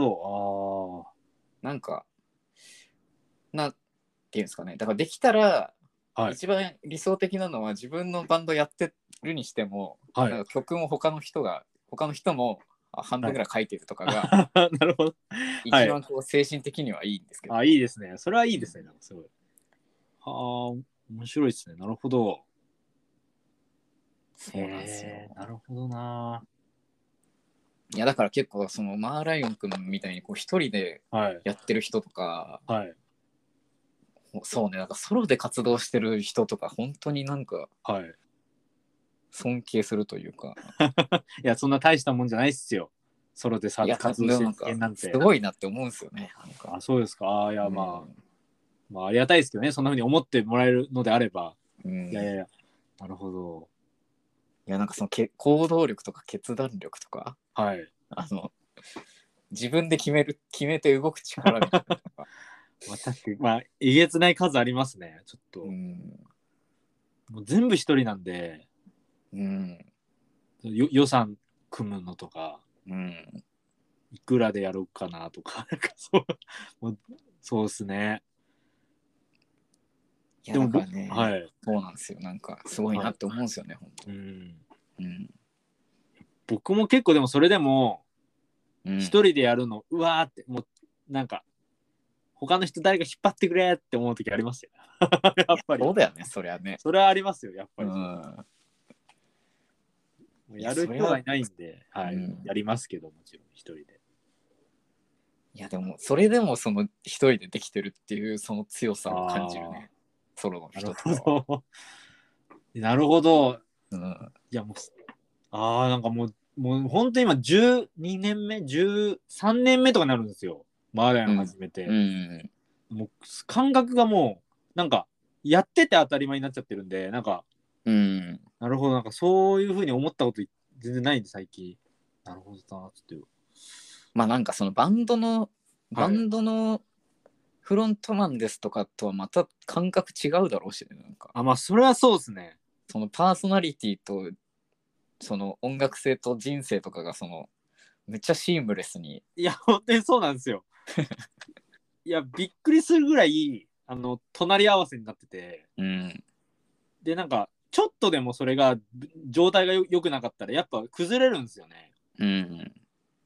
Speaker 1: ど。
Speaker 2: なんかなんていうんですかねだからできたら
Speaker 1: ああ。はい。
Speaker 2: 一番理想的なのは自分のバンドやってるにしても、
Speaker 1: は
Speaker 2: なん
Speaker 1: い。
Speaker 2: か曲も他の人が他の人もあ半分ぐらい書いてるとかが
Speaker 1: なるほど。
Speaker 2: 一
Speaker 1: はい
Speaker 2: 番こう精神的にはいいんですけど、
Speaker 1: あ、いいですね。それはいいですね。なんかすごい。はあ、面白いですね。なるほど。
Speaker 2: そうなんですよ。
Speaker 1: へーなるほどな。
Speaker 2: いやだから結構そのマーライオン君みたいにこう一人で
Speaker 1: はい。
Speaker 2: やってる人とか
Speaker 1: はい。
Speaker 2: そうねなんかソロで活動してる人とか本当になんか
Speaker 1: はい。い
Speaker 2: 尊敬するというか
Speaker 1: や、そんな大したもんじゃないっすよ。ソロでさ
Speaker 2: いや
Speaker 1: 活動してる人
Speaker 2: で
Speaker 1: 間
Speaker 2: も
Speaker 1: なん
Speaker 2: す
Speaker 1: て。
Speaker 2: ごいなって思うんですよねなんか
Speaker 1: あ、そうですか。あいや、ま
Speaker 2: あ、
Speaker 1: あ、まあ、ありがたいですけどね。そんなふうに思ってもらえるのであれば。
Speaker 2: うん、
Speaker 1: い
Speaker 2: い
Speaker 1: やい
Speaker 2: や
Speaker 1: やいや。なるほど。
Speaker 2: なんかそのけ行動力とか決断力とか
Speaker 1: はい。
Speaker 2: あの自分で決める決めて動く力みたい なのが
Speaker 1: まあ、確かにまあ、えげつない数ありますね。ちょっと。
Speaker 2: うん、
Speaker 1: もう全部一人なんで、
Speaker 2: うん
Speaker 1: よ予算組むのとか。
Speaker 2: うん、
Speaker 1: いくらでやろうかなとか、なんかそう、 もうそうですね。
Speaker 2: いや
Speaker 1: でも、
Speaker 2: だからね、
Speaker 1: はい。
Speaker 2: そうなんですよなんかすごいなって思うんですよね、本
Speaker 1: うん。
Speaker 2: 当うん
Speaker 1: 僕も結構でもそれでも、
Speaker 2: うん
Speaker 1: 一人でやるの、うわーって、もう、なんか、他の人誰か引っ張ってくれって思う時ありますよ。 やっぱり
Speaker 2: そ。うだよねそりゃね
Speaker 1: それはありますよ、やっぱ
Speaker 2: う
Speaker 1: り。
Speaker 2: ん
Speaker 1: もうやる人はいないんで、
Speaker 2: は
Speaker 1: はい、
Speaker 2: うん
Speaker 1: やりますけど、もちろん、一人で。
Speaker 2: いやでもそれでもその一人でできてるっていうその強さを感じるねソロの
Speaker 1: なる
Speaker 2: 人
Speaker 1: ほ
Speaker 2: とかは、
Speaker 1: ど。 なるほど。
Speaker 2: うん、
Speaker 1: いや、もう、ああ、なんかもう、もう本当に今12年目、13年目とかになるんですよ。マーライオン始めて。
Speaker 2: うん
Speaker 1: もう感覚がもう、なんか、やってて当たり前になっちゃってるんで、なんか、
Speaker 2: うん
Speaker 1: なるほど、なんかそういうふうに思ったこと全然ないんで、最近。なるほどな、ちょっ
Speaker 2: まあなんかそのバンドのバンドのフロントマンですとかとはまた感覚違うだろうしねなんか
Speaker 1: と。あ、まあ、それはそうですね。
Speaker 2: そのパーソナリティとその音楽性と人生とかがそのめっちゃシームレスに
Speaker 1: いや、本当にそうなん ですよ。いや、びっくりするぐらい、あの、隣り合わせになってて。
Speaker 2: うん
Speaker 1: でなんかちょっとでもそれがぶ状態がよ良くなかったらやっぱ崩れるんですよね
Speaker 2: うん
Speaker 1: だか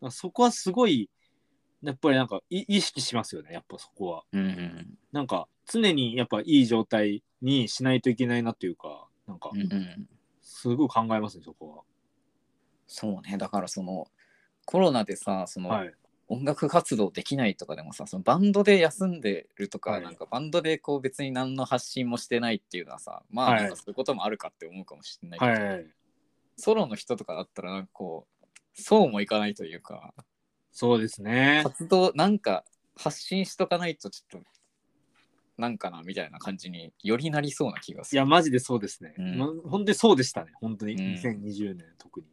Speaker 1: らそこはすごいやっぱりなんかい意識しますよねやっぱそこは
Speaker 2: うん
Speaker 1: なんか常にやっぱいい状態にしないといけないなというかなんか
Speaker 2: うん
Speaker 1: すごい考えますねそこ
Speaker 2: そうねだからそのコロナでさその、
Speaker 1: ははい
Speaker 2: 音楽活動できないとかでもさそのバンドで休んでるとか、
Speaker 1: はい
Speaker 2: なんかバンドでこう別に何の発信もしてないっていうのはさまあ
Speaker 1: はい
Speaker 2: なんかそういうこともあるかって思うかもしれないけ
Speaker 1: は
Speaker 2: ど、
Speaker 1: いはい
Speaker 2: ソロの人とかだったらなんかこうそうもいかないというか
Speaker 1: そうですね
Speaker 2: 活動なんか発信しとかないとちょっとなんかなみたいな感じによりなりそうな気がす
Speaker 1: い
Speaker 2: る。
Speaker 1: やマジでそうですね、
Speaker 2: うん
Speaker 1: ま本当にそうでしたね本当に
Speaker 2: うん
Speaker 1: 2020年特に、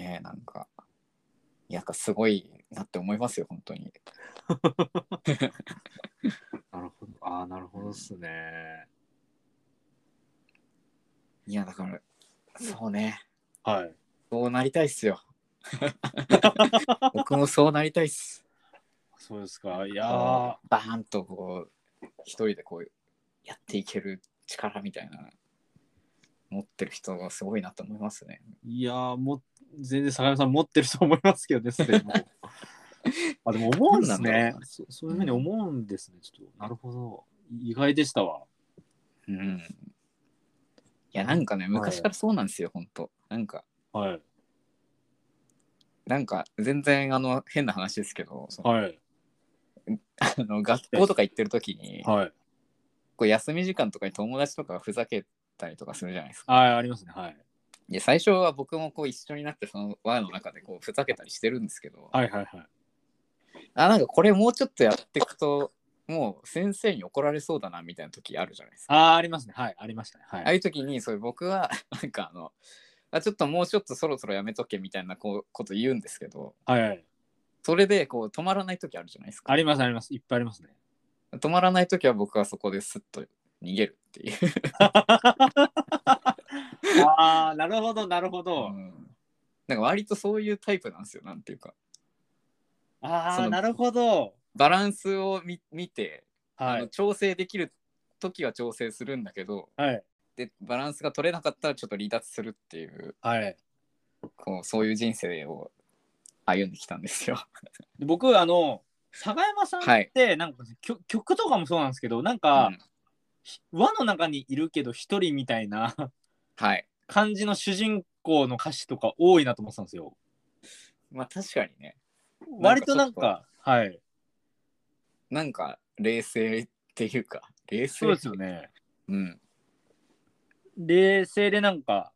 Speaker 2: ねえなんかいやなんかすごいなって思いますよ本当に。
Speaker 1: なるほどああなるほどっすね、
Speaker 2: いやだからそうね
Speaker 1: はい
Speaker 2: そうなりたいっ すよ。僕もそうなりたいっす。
Speaker 1: そうですかいやー
Speaker 2: バーンとこう一人でこうやっていける力みたいな持ってる人がすごいなと思いますね。
Speaker 1: いやーもう全然坂上さん持ってると思いますけ どね、すでにもうあでも思うんです
Speaker 2: なんだ
Speaker 1: ね
Speaker 2: ろうな
Speaker 1: そ。そういうふうに思うんですね。ちょっと、なるほど。意外でしたわ。
Speaker 2: うん。いやなんかね昔からそうなんですよ、本当なんか
Speaker 1: はい。
Speaker 2: なんか全然あの変な話ですけどその
Speaker 1: はい。
Speaker 2: あの学校とか行ってる時に
Speaker 1: はい。
Speaker 2: こう休み時間とかに友達とかがふざけたりとかするじゃないですか。
Speaker 1: はい、ありますね。はい。
Speaker 2: で最初は僕もこう一緒になってその輪の中でこうふざけたりしてるんですけど、
Speaker 1: はいはいはい。
Speaker 2: あなんかこれもうちょっとやっていくともう先生に怒られそうだなみたいな時あるじゃないですか。
Speaker 1: ああー、ありますね。はい、ありましたね。はい。
Speaker 2: ああいう時にそういう僕は なんかあのあちょっともうちょっとそろそろやめとけみたいなこうこと言うんですけど
Speaker 1: はいはい、
Speaker 2: それでこう止まらない時あるじゃないですか。
Speaker 1: ありますあります。いっぱいありますね。
Speaker 2: 止まらない時は僕はそこですっと逃げるっていう。
Speaker 1: ああ、なるほど、なるほど。
Speaker 2: うんなんか割とそういうタイプなんですよなんていうか
Speaker 1: あ
Speaker 2: そ
Speaker 1: あ、
Speaker 2: の
Speaker 1: なるほど。
Speaker 2: バランスを見見て、
Speaker 1: は
Speaker 2: あの
Speaker 1: い。
Speaker 2: 調整できる時は調整するんだけど
Speaker 1: はい。
Speaker 2: でバランスが取れなかったらちょっと離脱するっていう
Speaker 1: はい。
Speaker 2: こうそういう人生を歩んできたんですよ。
Speaker 1: で僕、あの、佐賀山さん
Speaker 2: は
Speaker 1: っ
Speaker 2: い
Speaker 1: て、なんか、曲曲とかもそうなんですけど、なん
Speaker 2: う
Speaker 1: か、
Speaker 2: ん
Speaker 1: 輪の中にいるけど一人みたいな
Speaker 2: はい
Speaker 1: 感じの主人公の歌詞とか多いなと思ってたんですよ。
Speaker 2: まあ確かにね
Speaker 1: 割となん
Speaker 2: なん
Speaker 1: か、はい。
Speaker 2: なんか冷静っていうか冷静
Speaker 1: そうですよね。
Speaker 2: うん
Speaker 1: 冷静でなんか、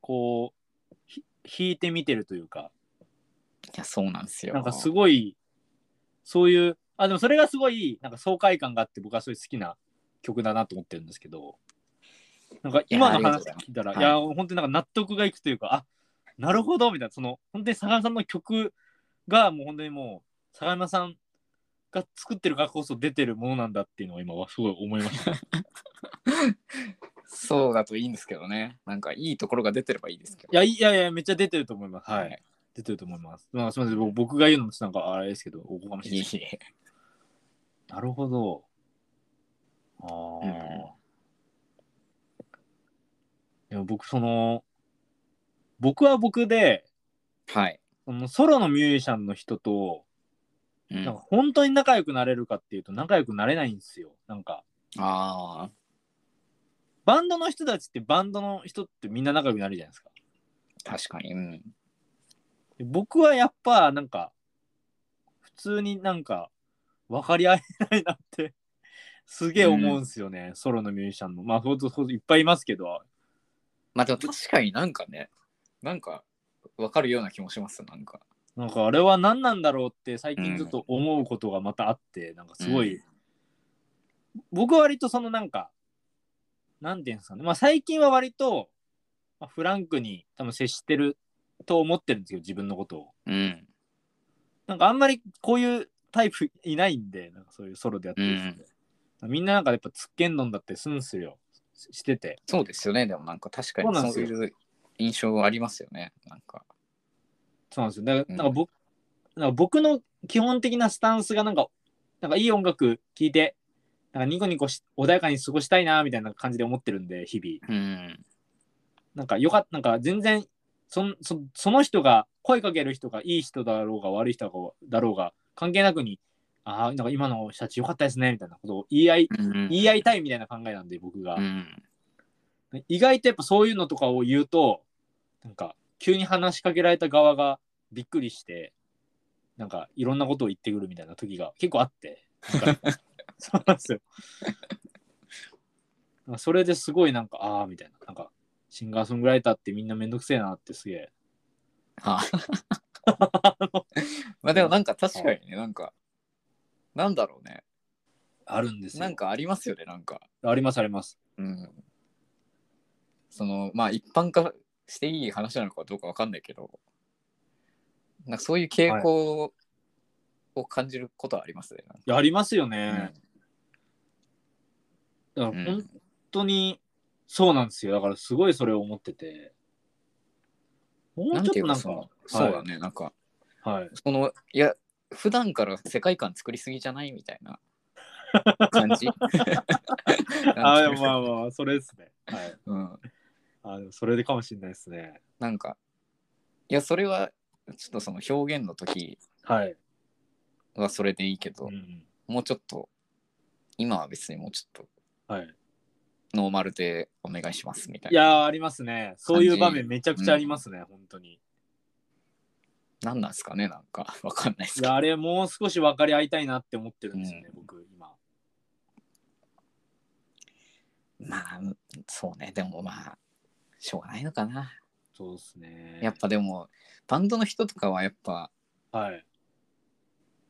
Speaker 1: こう、ひ弾いてみてるというか。
Speaker 2: いやそうなんですよ。
Speaker 1: なんかすごい、そういう、あ、でもそれがすごい、なんか爽快感があって、僕はそういう好きな曲だなと思ってるんですけど、なんか今の
Speaker 2: いやありがと
Speaker 1: 話
Speaker 2: うございます
Speaker 1: 聞いたら、い
Speaker 2: は
Speaker 1: や
Speaker 2: い
Speaker 1: 本当になんか納得がいくというか、あなるほどみたいな、その、本当に坂山さんの曲が、もう本当にもう、坂山さんが作ってるからこそ出てるものなんだっていうのは今はすごい思 いました。い
Speaker 2: そうだといいんですけどねなんかいいところが出てればいいですけど。
Speaker 1: や、いやいや、めっちゃ出てると思います。はい。
Speaker 2: はい
Speaker 1: 出てると思います。まあ、すみません、僕僕が言うのもちょっとなんかあれですけど、おこがましい
Speaker 2: い
Speaker 1: で
Speaker 2: い
Speaker 1: す。なるほど。ああ、でも僕、その、僕は僕で、
Speaker 2: はい、
Speaker 1: そのソロのミュージシャンの人と、
Speaker 2: うん
Speaker 1: なん
Speaker 2: あ
Speaker 1: か本当に仲良くなれるかっていうと、仲良くなれないんですよ。なんか、
Speaker 2: あー
Speaker 1: バンドの人たちってバンドの人ってみんな仲良くなるじゃないですか。
Speaker 2: 確かに、うん、
Speaker 1: で僕はやっぱ、なんか、普通になんか、分かり合えないなって、すげえ思うんですよね、ソロのミュージシャンの。まあ、ほんと、ほんといっぱいいますけど、
Speaker 2: まあでも確かになんかねなんかわかるような気もしますなんか
Speaker 1: なんかあれは何なんだろうって最近ずっと思うことがまたあって、なんかすごい、
Speaker 2: う
Speaker 1: 僕は割とそのなんか、なんていうんですかね、まあ最近は割と、まあ、フランクに多分接してると思ってるんですけど、自分のことを。
Speaker 2: うん
Speaker 1: なんかあんまりこういうタイプいないんで、なんかそういうソロでやってる人って。みんななんかやっぱツッケンドンだってすんすよ、ししてて。
Speaker 2: そうですよねでもなんか確か
Speaker 1: そうなんで
Speaker 2: に
Speaker 1: す
Speaker 2: そう
Speaker 1: よ
Speaker 2: いう印象ありますよねなんか
Speaker 1: そうなんですよ。だから
Speaker 2: うん
Speaker 1: なんか僕、なんか僕の基本的なスタンスがなんか、なんかいい音楽聴いて、なんかニコニコし穏やかに過ごしたいなみたいな感じで思ってるんで、日々。
Speaker 2: うん
Speaker 1: なんかよかった、なんか全然そんそ、その人が声かける人がいい人だろうが悪い人だろうが関係なくに、ああ、なんか今の人たちよかったですねみたいなことを言い合い、
Speaker 2: うん
Speaker 1: 言い合いたいみたいな考えなんで、僕が
Speaker 2: う。ん
Speaker 1: 意外とやっぱそういうのとかを言うとなんか急に話しかけられた側がびっくりしてなんかいろんなことを言ってくるみたいな時が結構あってなんか そうなんですよなんかそれですごいなんかああみたいななんかシンガーソングライターってみんなめんどくせえなってすげえ
Speaker 2: あまあでもなんか確かにねなんかなんだろうね
Speaker 1: あるんですよ
Speaker 2: なんかありますよねなんか
Speaker 1: ありますあります
Speaker 2: うんそのまあ一般化していい話なのかどうかわかんないけどなんかそういう傾向を感じることはありますね、なんか
Speaker 1: いやありますよね、だ
Speaker 2: う
Speaker 1: か
Speaker 2: ん
Speaker 1: ら本当にそうなんですよだからすごいそれを思ってても
Speaker 2: な
Speaker 1: うんちょって
Speaker 2: い
Speaker 1: と
Speaker 2: う
Speaker 1: な
Speaker 2: か
Speaker 1: ん
Speaker 2: そ
Speaker 1: か
Speaker 2: のそうだね、なんか
Speaker 1: はい
Speaker 2: そのいや普段から世界観作りすぎじゃないみたいな感 じ
Speaker 1: あ
Speaker 2: な
Speaker 1: で
Speaker 2: んてい
Speaker 1: もまあま
Speaker 2: うか
Speaker 1: あ、それですね。はい。
Speaker 2: うん
Speaker 1: あでもそれでかもしれないですね。
Speaker 2: なんかいやそれはちょっとその表現の時
Speaker 1: はい。
Speaker 2: はそれでいいけど、
Speaker 1: うん、
Speaker 2: もうちょっと今は別にもうちょっ
Speaker 1: はい。
Speaker 2: とノーマルでお願いしますみたい
Speaker 1: い
Speaker 2: な
Speaker 1: やー、ありますね。そういう場面めちゃくちゃありますね、本当に。
Speaker 2: なんなんですかねなんかわかんないです
Speaker 1: い
Speaker 2: け
Speaker 1: や、
Speaker 2: ど
Speaker 1: あれ、もう少し分かり合いたいなって思ってるんですよね、
Speaker 2: う
Speaker 1: 僕、今。
Speaker 2: まあそうねでもまあしょうがないのかな
Speaker 1: そうですね。
Speaker 2: やっぱでもバンドの人とかはやっぱ
Speaker 1: はい。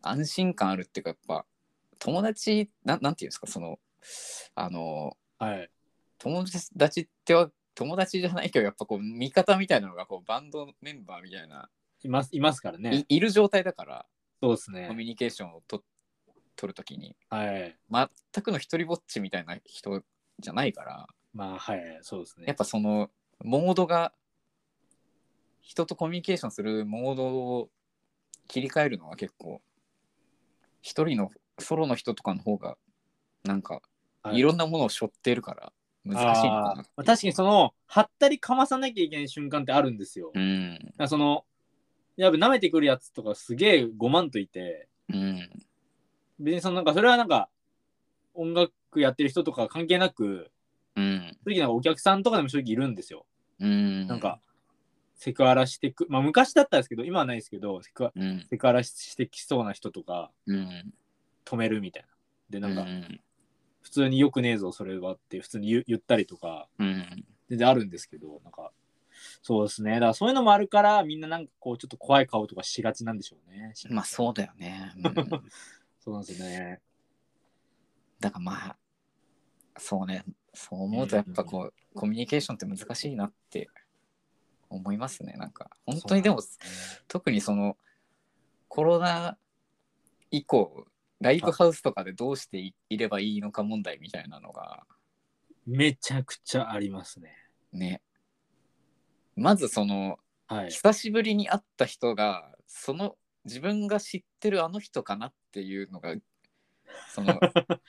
Speaker 2: 安心感あるっていうかやっぱ友達ななんていうんですかそのあの
Speaker 1: はい。
Speaker 2: 友達っては友達じゃないけどやっぱこう味方みたいなのがこうバンドメンバーみたいな、
Speaker 1: います、いますからね。
Speaker 2: いいる状態だから
Speaker 1: そうです
Speaker 2: コミ
Speaker 1: ね。
Speaker 2: ュニケーションをと取るときに
Speaker 1: はい。
Speaker 2: 全くの一人ぼっちみたいな人じゃないから
Speaker 1: まあ、はい。そうですね。
Speaker 2: やっぱそのモードが人とコミュニケーションするモードを切り替えるのは結構一人のソロの人とかの方がなんか
Speaker 1: はい
Speaker 2: いろんなものを背負ってるから難しいのかなっていう、
Speaker 1: あー確かにその、はったりかまさなきゃいけない瞬間ってあるんですよ。だからその、やっぱ舐めてくるやつとかすげえ5万といて、
Speaker 2: うんうん
Speaker 1: 別にそのなんか、それはなんか、音楽やってる人とか関係なく、
Speaker 2: うん
Speaker 1: 正直なんかお客さんとかでも正直いるんですよ。
Speaker 2: うん
Speaker 1: なんか、セクハラしてく、まあ昔だったんですけど、今はないですけど、セクハ
Speaker 2: うん
Speaker 1: セクハラしてきそうな人とか
Speaker 2: うん
Speaker 1: 止めるみたいな。で、なんか
Speaker 2: う、ん
Speaker 1: 普通によくねえぞ、それはって、普通に言う言ったりとか、
Speaker 2: うん
Speaker 1: 全然あるんですけど、なんか、そうですね。だからそういうのもあるから、みんななんかこう、ちょっと怖い顔とかしがちなんでしょうね。
Speaker 2: まあそうだよね、うん
Speaker 1: そうなんですよね。
Speaker 2: だからまあそうねそう思うとやっぱこう、コミュニケーションって難しいなって思いますねなんか本当にでも特にそのコロナ以降ライブハウスとかでどうしていいればいいのか問題みたいなのが
Speaker 1: めちゃくちゃありますね。
Speaker 2: ねまずその
Speaker 1: はい。
Speaker 2: 久しぶりに会った人がその自分が知ってるあの人かなっていうのが その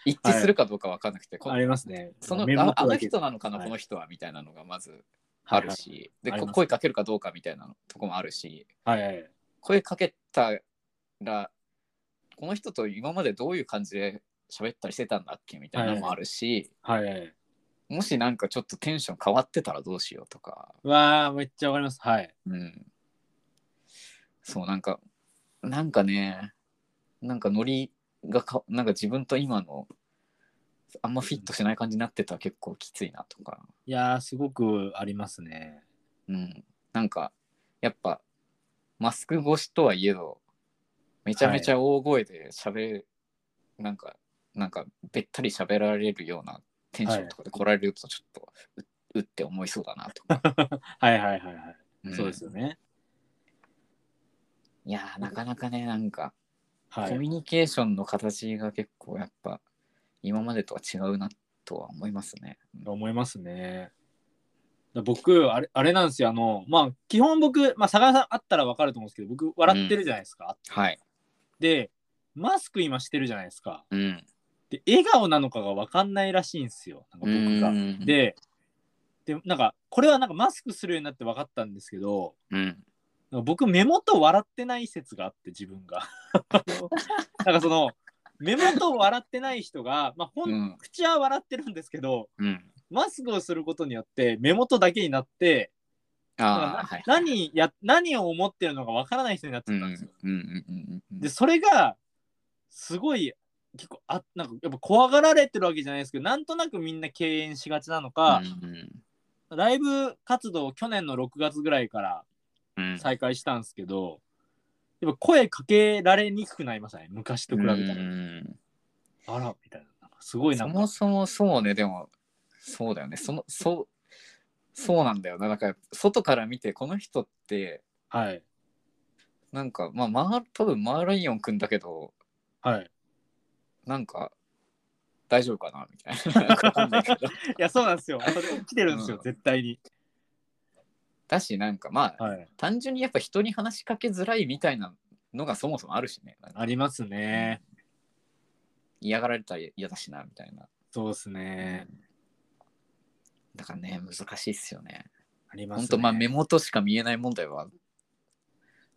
Speaker 2: 一致するかどうか分かんなくて、こ
Speaker 1: ありますね。
Speaker 2: その
Speaker 1: メモ
Speaker 2: ああ
Speaker 1: だ
Speaker 2: の
Speaker 1: け
Speaker 2: 人なのかな、
Speaker 1: はい
Speaker 2: この人はみたいなのがまずあるし、
Speaker 1: あり
Speaker 2: で
Speaker 1: ま
Speaker 2: こ
Speaker 1: す
Speaker 2: 声かけるかどうかみたいなとこもあるし
Speaker 1: はいはいはい。
Speaker 2: 声かけたらこの人と今までどういう感じで喋ったりしてたんだっけみたいなのもあるし、
Speaker 1: はいはい。
Speaker 2: もしなんかちょっとテンション変わってたらどうしようとか、
Speaker 1: うわあ、めっちゃわかります。はい。
Speaker 2: うん、そうなんかなんかねなんかノリがかなんか自分と今のあんまフィットしない感じになってたら結構きついなとか。
Speaker 1: いやー、すごくありますね。
Speaker 2: うん、なんかやっぱマスク越しとはいえどめちゃめちゃ大声で喋る、なんかなんかべったり喋られるようなテンションとかで来られるとちょっとう,、うって思いそうだな とか、
Speaker 1: はいはいはいはい。
Speaker 2: ん
Speaker 1: そうですよね。
Speaker 2: いやーなかなかねなんか、
Speaker 1: は
Speaker 2: コミ
Speaker 1: い。
Speaker 2: ュニケーションの形が結構やっぱ今までとは違うなとは思いますね。
Speaker 1: 思いますね。だ僕、あれ、あれなんですよ。あの、まあ、基本僕、まあ、佐賀さんあったらわかると思うんですけど、僕、笑ってるじゃないですか。
Speaker 2: はい、
Speaker 1: で、マスク今してるじゃないですか。
Speaker 2: うん、
Speaker 1: で、笑顔なのかが分かんないらしいんですよ、なんか僕が。
Speaker 2: が
Speaker 1: で、で、なんか、これはなんかマスクするようになって分かったんですけど、
Speaker 2: うん、
Speaker 1: なんか僕、目元笑ってない説があって、自分が。 なんかその、目元笑ってない人が、まあ、ほん、
Speaker 2: うん
Speaker 1: 口は笑ってるんですけど、
Speaker 2: うん、
Speaker 1: マスクをすることによって、目元だけになって、なん
Speaker 2: あ
Speaker 1: か
Speaker 2: あ、
Speaker 1: な
Speaker 2: はい、
Speaker 1: 何や、何を思ってるのか分からない人になっ
Speaker 2: う
Speaker 1: て
Speaker 2: ん、
Speaker 1: た
Speaker 2: うんん
Speaker 1: で、すよ。
Speaker 2: うん、うん、うん、
Speaker 1: でそれがすごい結構あなんかやっぱ怖がられてるわけじゃないですけどなんとなくみんな敬遠しがちなのか、
Speaker 2: うん
Speaker 1: ライブ活動を去年の6月ぐらいから
Speaker 2: うん、
Speaker 1: 再開したんですけど、やっぱ声かけられにくくなりましたね昔と比べたら、
Speaker 2: うん
Speaker 1: あらみたいななんかすごいな
Speaker 2: そ
Speaker 1: ん
Speaker 2: も
Speaker 1: か
Speaker 2: そもそうねでもそうだよねそのそうそうなんだよなだから外から見てこの人って
Speaker 1: はい
Speaker 2: なんかまあマー多分マーライオンくんだけど
Speaker 1: はい
Speaker 2: なんか大丈夫かなみたいななんかわかんないけど
Speaker 1: いやそうなんですよそれ来てるんですよ、
Speaker 2: うん
Speaker 1: 絶対に
Speaker 2: だしなんかまあ
Speaker 1: はい
Speaker 2: 単純にやっぱ人に話しかけづらいみたいなのがそもそもあるしねなんか
Speaker 1: ありますね、
Speaker 2: 嫌がられたら嫌だしなみたいな
Speaker 1: そうですね、
Speaker 2: だからね難しいっすよね
Speaker 1: ありますね
Speaker 2: 本当まあ目元しか見えない問題は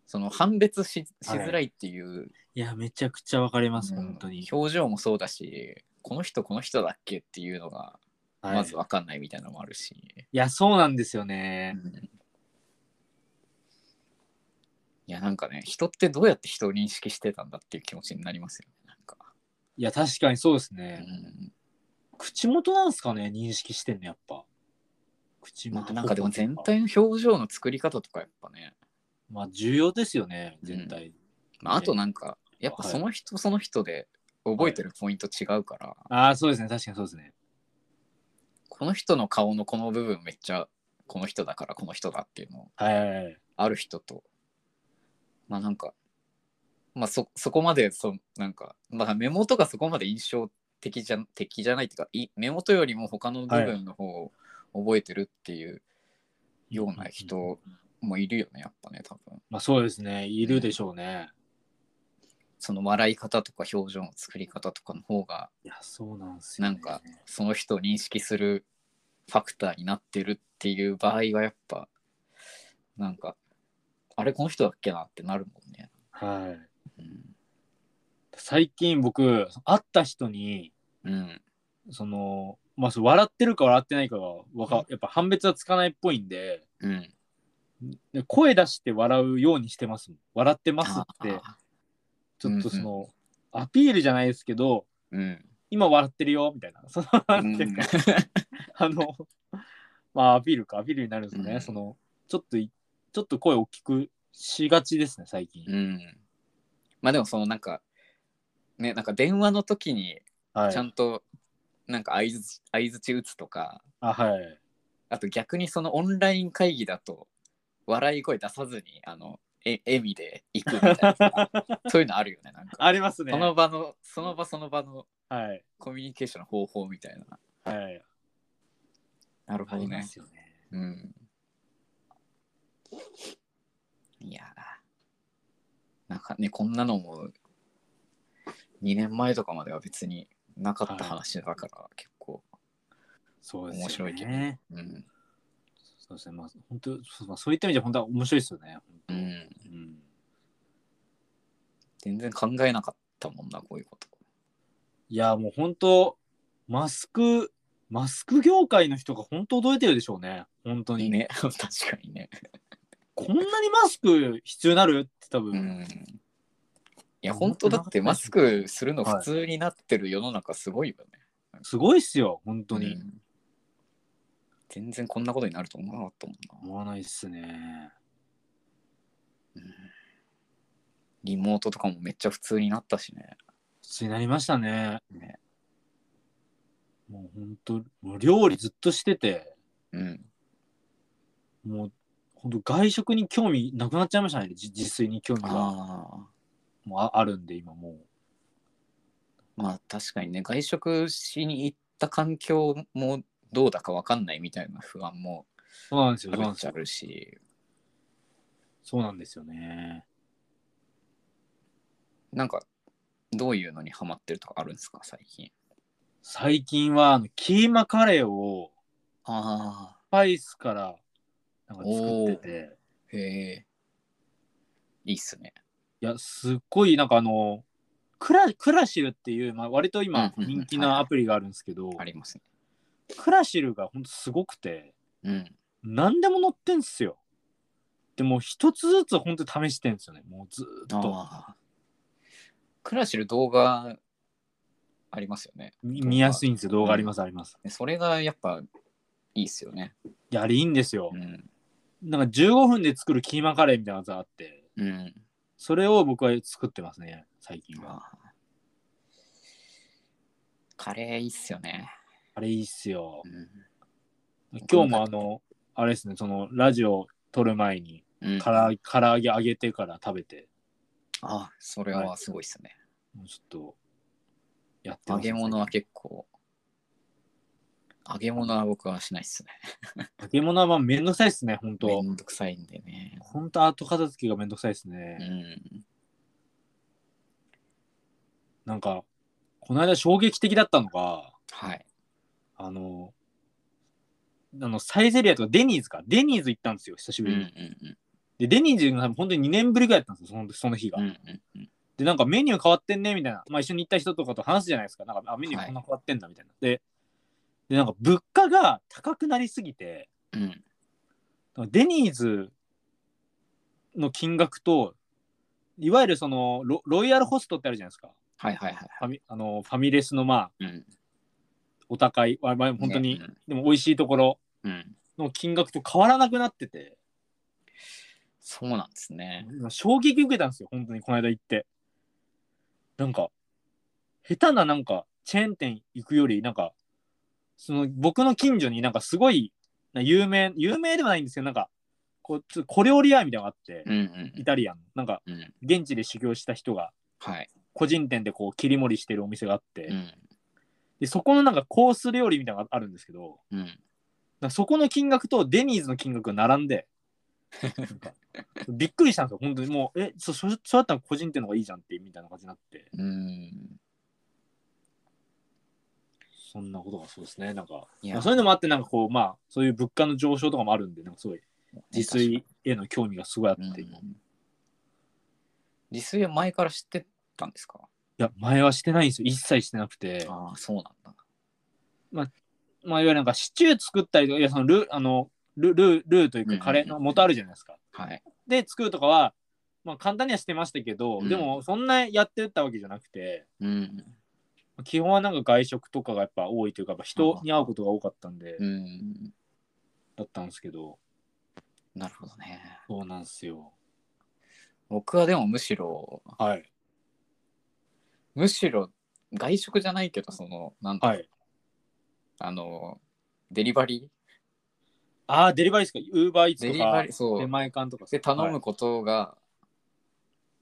Speaker 2: その判別ししづらいっていう、
Speaker 1: いやめちゃくちゃわかります、
Speaker 2: うん
Speaker 1: 本当に、
Speaker 2: 表情もそうだしこの人この人だっけっていうのが
Speaker 1: はい、
Speaker 2: まず分かんないみたいなのもあるし、
Speaker 1: いやそうなんですよね、
Speaker 2: うんいやなんかね人ってどうやって人を認識してたんだっていう気持ちになりますよねなんか、
Speaker 1: いや、確かにそうです
Speaker 2: う
Speaker 1: ね。
Speaker 2: ん、
Speaker 1: 口元なんすかね、認識してんの、やっぱ。口
Speaker 2: ま
Speaker 1: 元
Speaker 2: あ、なんかでも
Speaker 1: 頬
Speaker 2: 全
Speaker 1: と
Speaker 2: 体の表情の作り方とかやっぱね、
Speaker 1: まあ重要ですよね、絶対。
Speaker 2: まあ、あと
Speaker 1: ね
Speaker 2: なんかやっぱその人その人で覚えてるポイント違うから、
Speaker 1: ああ、そうですね、確かにそうですね。
Speaker 2: この人の顔のこの部分めっちゃこの人だからこの人だっていうの
Speaker 1: はいはいはい。
Speaker 2: ある人とまあなんかまあそそこまでそなんか、まあ、メモとかそこまで印象的じゃ的じゃないっていうかいメモとよりも他の部分の方を覚えてるっていうような人もいるよねやっぱね多分
Speaker 1: まあそうですね、いるでしょうね。
Speaker 2: その笑い方とか表情の作り方とかの方が
Speaker 1: いや、そうなんですよ、
Speaker 2: な
Speaker 1: ね。
Speaker 2: んかその人を認識するファクターになってるっていう場合はやっぱなんかあれこの人だっけなってなるもんね。
Speaker 1: はい。
Speaker 2: うん
Speaker 1: 最近僕、会った人に、
Speaker 2: うん、
Speaker 1: その、まあ、そう笑ってるか笑ってないかがわか、やっぱ判別はつかないっぽいんで、
Speaker 2: うん、
Speaker 1: で声出して笑うようにしてますもん。笑ってますっ
Speaker 2: あ
Speaker 1: て、
Speaker 2: あ
Speaker 1: ちょっとその、アピールじゃないですけど、
Speaker 2: うん、
Speaker 1: 今笑ってるよ、みたいな。その、なんていうか、あの、まあ、アピールか、アピールになるんですかね。
Speaker 2: うん
Speaker 1: その、ちょっとい、ちょっと声大きくしがちですね、最近。
Speaker 2: うん、まあでもそのなんかねなんか電話の時に
Speaker 1: はい。
Speaker 2: ちゃんとなんか相づ相づち打つとか
Speaker 1: あ、はい。
Speaker 2: あと逆にそのオンライン会議だと笑い声出さずにあのえ笑みで行くみたい なさそういうのあるよねなんか
Speaker 1: ありますね。
Speaker 2: その場のその場その場の
Speaker 1: はい。
Speaker 2: コミュニケーションの方法みたいな。
Speaker 1: はい。
Speaker 2: なる
Speaker 1: ありますよね。
Speaker 2: うん。いやーなんかね、こんなのも2年前とかまでは別になかった話だから、結構。
Speaker 1: そうですよね。
Speaker 2: 面白いけどねうん。
Speaker 1: そうですね。まあ、本当そう,、まあ、そういった意味じゃ本当は面白いですよね。
Speaker 2: う
Speaker 1: 本
Speaker 2: ん。
Speaker 1: 当うん
Speaker 2: 全然考えなかったもんな、こういうこと。
Speaker 1: いや、もう本当、マスク、マスク業界の人が本当驚いてるでしょうね。本当に。
Speaker 2: ね、 確かにね。
Speaker 1: こんなにマスク必要になるって多分、
Speaker 2: うん。いや、本当だってマスクするの
Speaker 1: はい
Speaker 2: 普通になってる世の中すごいよね。
Speaker 1: すごいっすよ。本当
Speaker 2: う
Speaker 1: に。
Speaker 2: ん全然こんなことになると思わなかったもんな。
Speaker 1: 思わないっすね。
Speaker 2: リモートとかもめっちゃ普通になったしね。
Speaker 1: 普通になりましたね。
Speaker 2: ね
Speaker 1: もう本当、もう料理ずっとしてて、
Speaker 2: うん。
Speaker 1: もう本当外食に興味なくなっちゃいましたね。じ自炊に興味が
Speaker 2: ああ。
Speaker 1: もうああるんで、今もう。
Speaker 2: まあ確かにね、外食しに行った環境もどうだかわかんないみたいな不安も
Speaker 1: そうなんですよ。
Speaker 2: あ
Speaker 1: そう
Speaker 2: る
Speaker 1: なん
Speaker 2: っ
Speaker 1: で
Speaker 2: ち
Speaker 1: す
Speaker 2: ゃあ
Speaker 1: よ。
Speaker 2: るし、
Speaker 1: そうなんですよね。
Speaker 2: なんかどういうのにハマってるとかあるんですか、最近。
Speaker 1: 最近は、あの、キーマカレーを
Speaker 2: ああ。
Speaker 1: スパイスからなんか作ってて、
Speaker 2: へえ。いいっすね。
Speaker 1: いや、すっごい、なんかあの、クラクラシルっていう、まあ、割と今
Speaker 2: うんうんうん
Speaker 1: 人気なアプリがあるんですけど、
Speaker 2: ありますね。
Speaker 1: クラシルがほんとすごくて、
Speaker 2: うん。
Speaker 1: 何でも乗ってんすよ。でもう一つずつ本当に試してんすよね。もうずーっと
Speaker 2: ああ。クラシル動画ありますよね。
Speaker 1: み見やす
Speaker 2: い。
Speaker 1: いんですよ。動画ありますあります。
Speaker 2: それがやっぱいいっすよね。
Speaker 1: いや、あれいいんですよ
Speaker 2: う。ん。
Speaker 1: なんか15分で作るキーマカレーみたいなやつあって、
Speaker 2: うん。
Speaker 1: それを僕は作ってますね、最近は。
Speaker 2: ああカレーいいっすよね。
Speaker 1: あれいいっすよ。
Speaker 2: う
Speaker 1: 今日もあの、あれですね、そのラジオ撮る前に、
Speaker 2: ん。
Speaker 1: から唐揚げ揚げてから食べて、
Speaker 2: ああ、それはすごいっすね。
Speaker 1: もうちょっと、やって
Speaker 2: 揚
Speaker 1: ます
Speaker 2: げ物は結構。揚げ物は僕はしないっすね。
Speaker 1: 揚げ物はまあめんどくさいっすね、本
Speaker 2: め
Speaker 1: 当
Speaker 2: んどくさいんでね。
Speaker 1: 本当後片付けがめんどくさいっすね
Speaker 2: う。ん。
Speaker 1: なんか、この間衝撃的だったのが、
Speaker 2: はい。
Speaker 1: あの、あのサイゼリアとかデニーズか、デニーズ行ったんですよ、久し
Speaker 2: うん
Speaker 1: ぶ
Speaker 2: う
Speaker 1: りに。
Speaker 2: ん
Speaker 1: で、デニーズが本当に2年ぶりぐらいだったんですよ、そのその日が。
Speaker 2: うん。うんうんうん。
Speaker 1: で、なんかメニュー変わってんねみたいな、まあ、一緒に行った人とかと話すじゃないですか、なんかあメニューこんな変わってんだみたいな。でで、なんか物価が高くなりすぎて、
Speaker 2: うん。
Speaker 1: デニーズの金額と、いわゆるそのロロイヤルホストってあるじゃないですか。
Speaker 2: はいはいはい。
Speaker 1: ファミあのファミレスのまあ
Speaker 2: うん。
Speaker 1: お高い、まあまあ本当に、
Speaker 2: ね
Speaker 1: でも美味しいところ
Speaker 2: うん。
Speaker 1: の金額と変わらなくなってて、
Speaker 2: そうなんですね。
Speaker 1: 衝撃受けたんですよ、本当にこの間行って。なんか、下手ななんか、チェーン店行くより、なんか、その僕の近所になんかすごい、な有名、有名ではないんですけど、なんか、こう、ちょっと小料理屋みたいなのがあって
Speaker 2: う、んうん
Speaker 1: イタリアンの。なんか、
Speaker 2: うん。うん。
Speaker 1: 現地で修行した人が、
Speaker 2: はい。
Speaker 1: 個人店でこう切り盛りしてるお店があって、
Speaker 2: うん。
Speaker 1: でそこのなんかコース料理みたいなのがあるんですけど
Speaker 2: うん。
Speaker 1: なんかそこの金額とデニーズの金額が並ん でなんかびっくりしたんですよ本当にもうえそそそうだったら個人店の方がいいじゃんってみたいな感じになって
Speaker 2: うん。
Speaker 1: そんなことがそうですねなんか
Speaker 2: い
Speaker 1: まあそういうのもあってなんかこうまあそういう物価の上昇とかもあるんでなんかすごい自炊
Speaker 2: ね
Speaker 1: への興味がすごいあっ
Speaker 2: 確か
Speaker 1: て、
Speaker 2: に
Speaker 1: 今
Speaker 2: う
Speaker 1: い
Speaker 2: ん自炊は前から知ってたんですか
Speaker 1: や前はしてないんですよ一切してなくて
Speaker 2: ああ、そうなんだ。
Speaker 1: まあいわゆるなんかシチュー作ったりとかいやそのルあのルルールーという
Speaker 2: うんうんう
Speaker 1: か
Speaker 2: ん
Speaker 1: カレーの元あるじゃないですか
Speaker 2: はい。
Speaker 1: で作るとかは、まあ、簡単にはしてましたけど、
Speaker 2: うん
Speaker 1: でもそんなやってたわけじゃなくて
Speaker 2: うん。
Speaker 1: 基本はなんか外食とかがやっぱ多いというかやっぱ人に会うことが多かったんで、
Speaker 2: うん。
Speaker 1: だったんですけど
Speaker 2: なるほどね。
Speaker 1: そうなんですよ
Speaker 2: 僕はでもむしろ、
Speaker 1: はい
Speaker 2: むしろ外食じゃないけど、その、なんだ、
Speaker 1: はい
Speaker 2: あの、デリバリ
Speaker 1: ああデリバリーですかウーバーイー
Speaker 2: ー
Speaker 1: ツ
Speaker 2: デ
Speaker 1: と
Speaker 2: リバ
Speaker 1: か
Speaker 2: リー、そ
Speaker 1: 出
Speaker 2: う。
Speaker 1: 前館とか
Speaker 2: で、頼む
Speaker 1: はい
Speaker 2: ことが、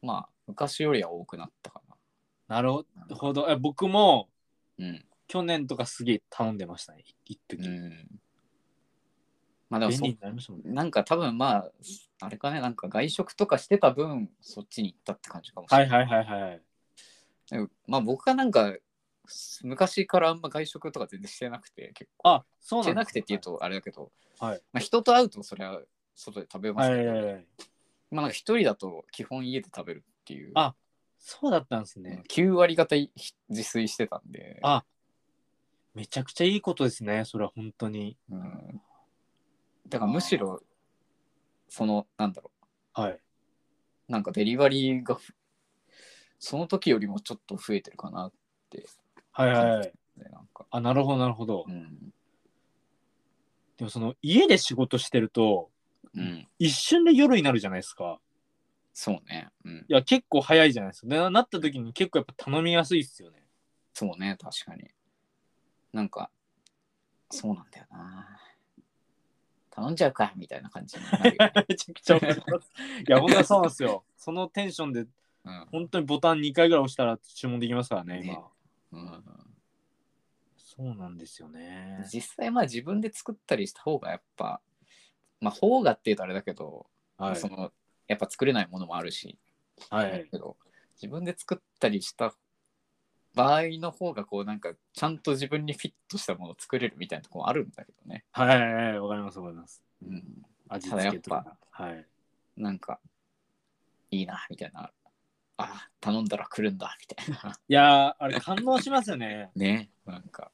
Speaker 2: まあ、昔よりは多くなったか
Speaker 1: なるほどえ僕も
Speaker 2: な。うん。
Speaker 1: 去年とかすげえ頼んでましたね一
Speaker 2: う
Speaker 1: 時、
Speaker 2: ん。まあでも
Speaker 1: 便
Speaker 2: そ
Speaker 1: 利になりましたもんね
Speaker 2: なんか多分まああれかねなんか外食とかしてた分そっちに行ったって感じかもしれ
Speaker 1: は
Speaker 2: ないい、
Speaker 1: はいはいはい
Speaker 2: でもまあ僕がなんか昔からあんま外食とか全然してなくて結構
Speaker 1: あそうなんです
Speaker 2: して
Speaker 1: ね
Speaker 2: なくてっていうとあれだけど、
Speaker 1: はい
Speaker 2: まあ、人と会うとそれは外で食べま
Speaker 1: は
Speaker 2: す
Speaker 1: い
Speaker 2: け
Speaker 1: は
Speaker 2: ど、
Speaker 1: いはいはい
Speaker 2: まあなんか一人だと基本家で食べるっていう
Speaker 1: あそうだったんです
Speaker 2: うん
Speaker 1: ね
Speaker 2: 9割方い自炊してたんで
Speaker 1: あめちゃくちゃいいことですねそれは本当に
Speaker 2: うん、だからむしろそのなんだろう
Speaker 1: はい
Speaker 2: なんかデリバリーがふその時よりもちょっと増えてるかなって
Speaker 1: はいはいはい
Speaker 2: ねなんか、
Speaker 1: あなるほどなるほど、
Speaker 2: うん
Speaker 1: でもその家で仕事してると
Speaker 2: うん、
Speaker 1: 一瞬で夜になるじゃないですか
Speaker 2: そうね、うん、
Speaker 1: いや結構早いじゃないですかでななった時に結構やっぱ頼みやすいっすよね
Speaker 2: そうね確かになんかそうなんだよな頼んじゃうかみたいな感じに なるよね
Speaker 1: めちゃくちゃ思いますいや本当にそうなんですよそのテンションで本当にボタン2回ぐらい押したら注文できますからね今
Speaker 2: ねうんうん
Speaker 1: そうなんですよね
Speaker 2: 実際まあ自分で作ったりした方がやっぱまあ方がっていうとあれだけど、
Speaker 1: はい
Speaker 2: そのやっぱ作れないものもあるし
Speaker 1: は
Speaker 2: だ
Speaker 1: い
Speaker 2: けど自分で作ったりした場合の方がこうなんかちゃんと自分にフィットしたものを作れるみたいなところあるんだけどね、
Speaker 1: はいはいはいわかりますわかります
Speaker 2: うん、
Speaker 1: 味
Speaker 2: ただ
Speaker 1: 付
Speaker 2: やっ
Speaker 1: けと
Speaker 2: ぱ
Speaker 1: かはい
Speaker 2: なんかいいなみたいなあ頼んだら来るんだみたいな
Speaker 1: いやーあれ感動しますよね
Speaker 2: ねなんか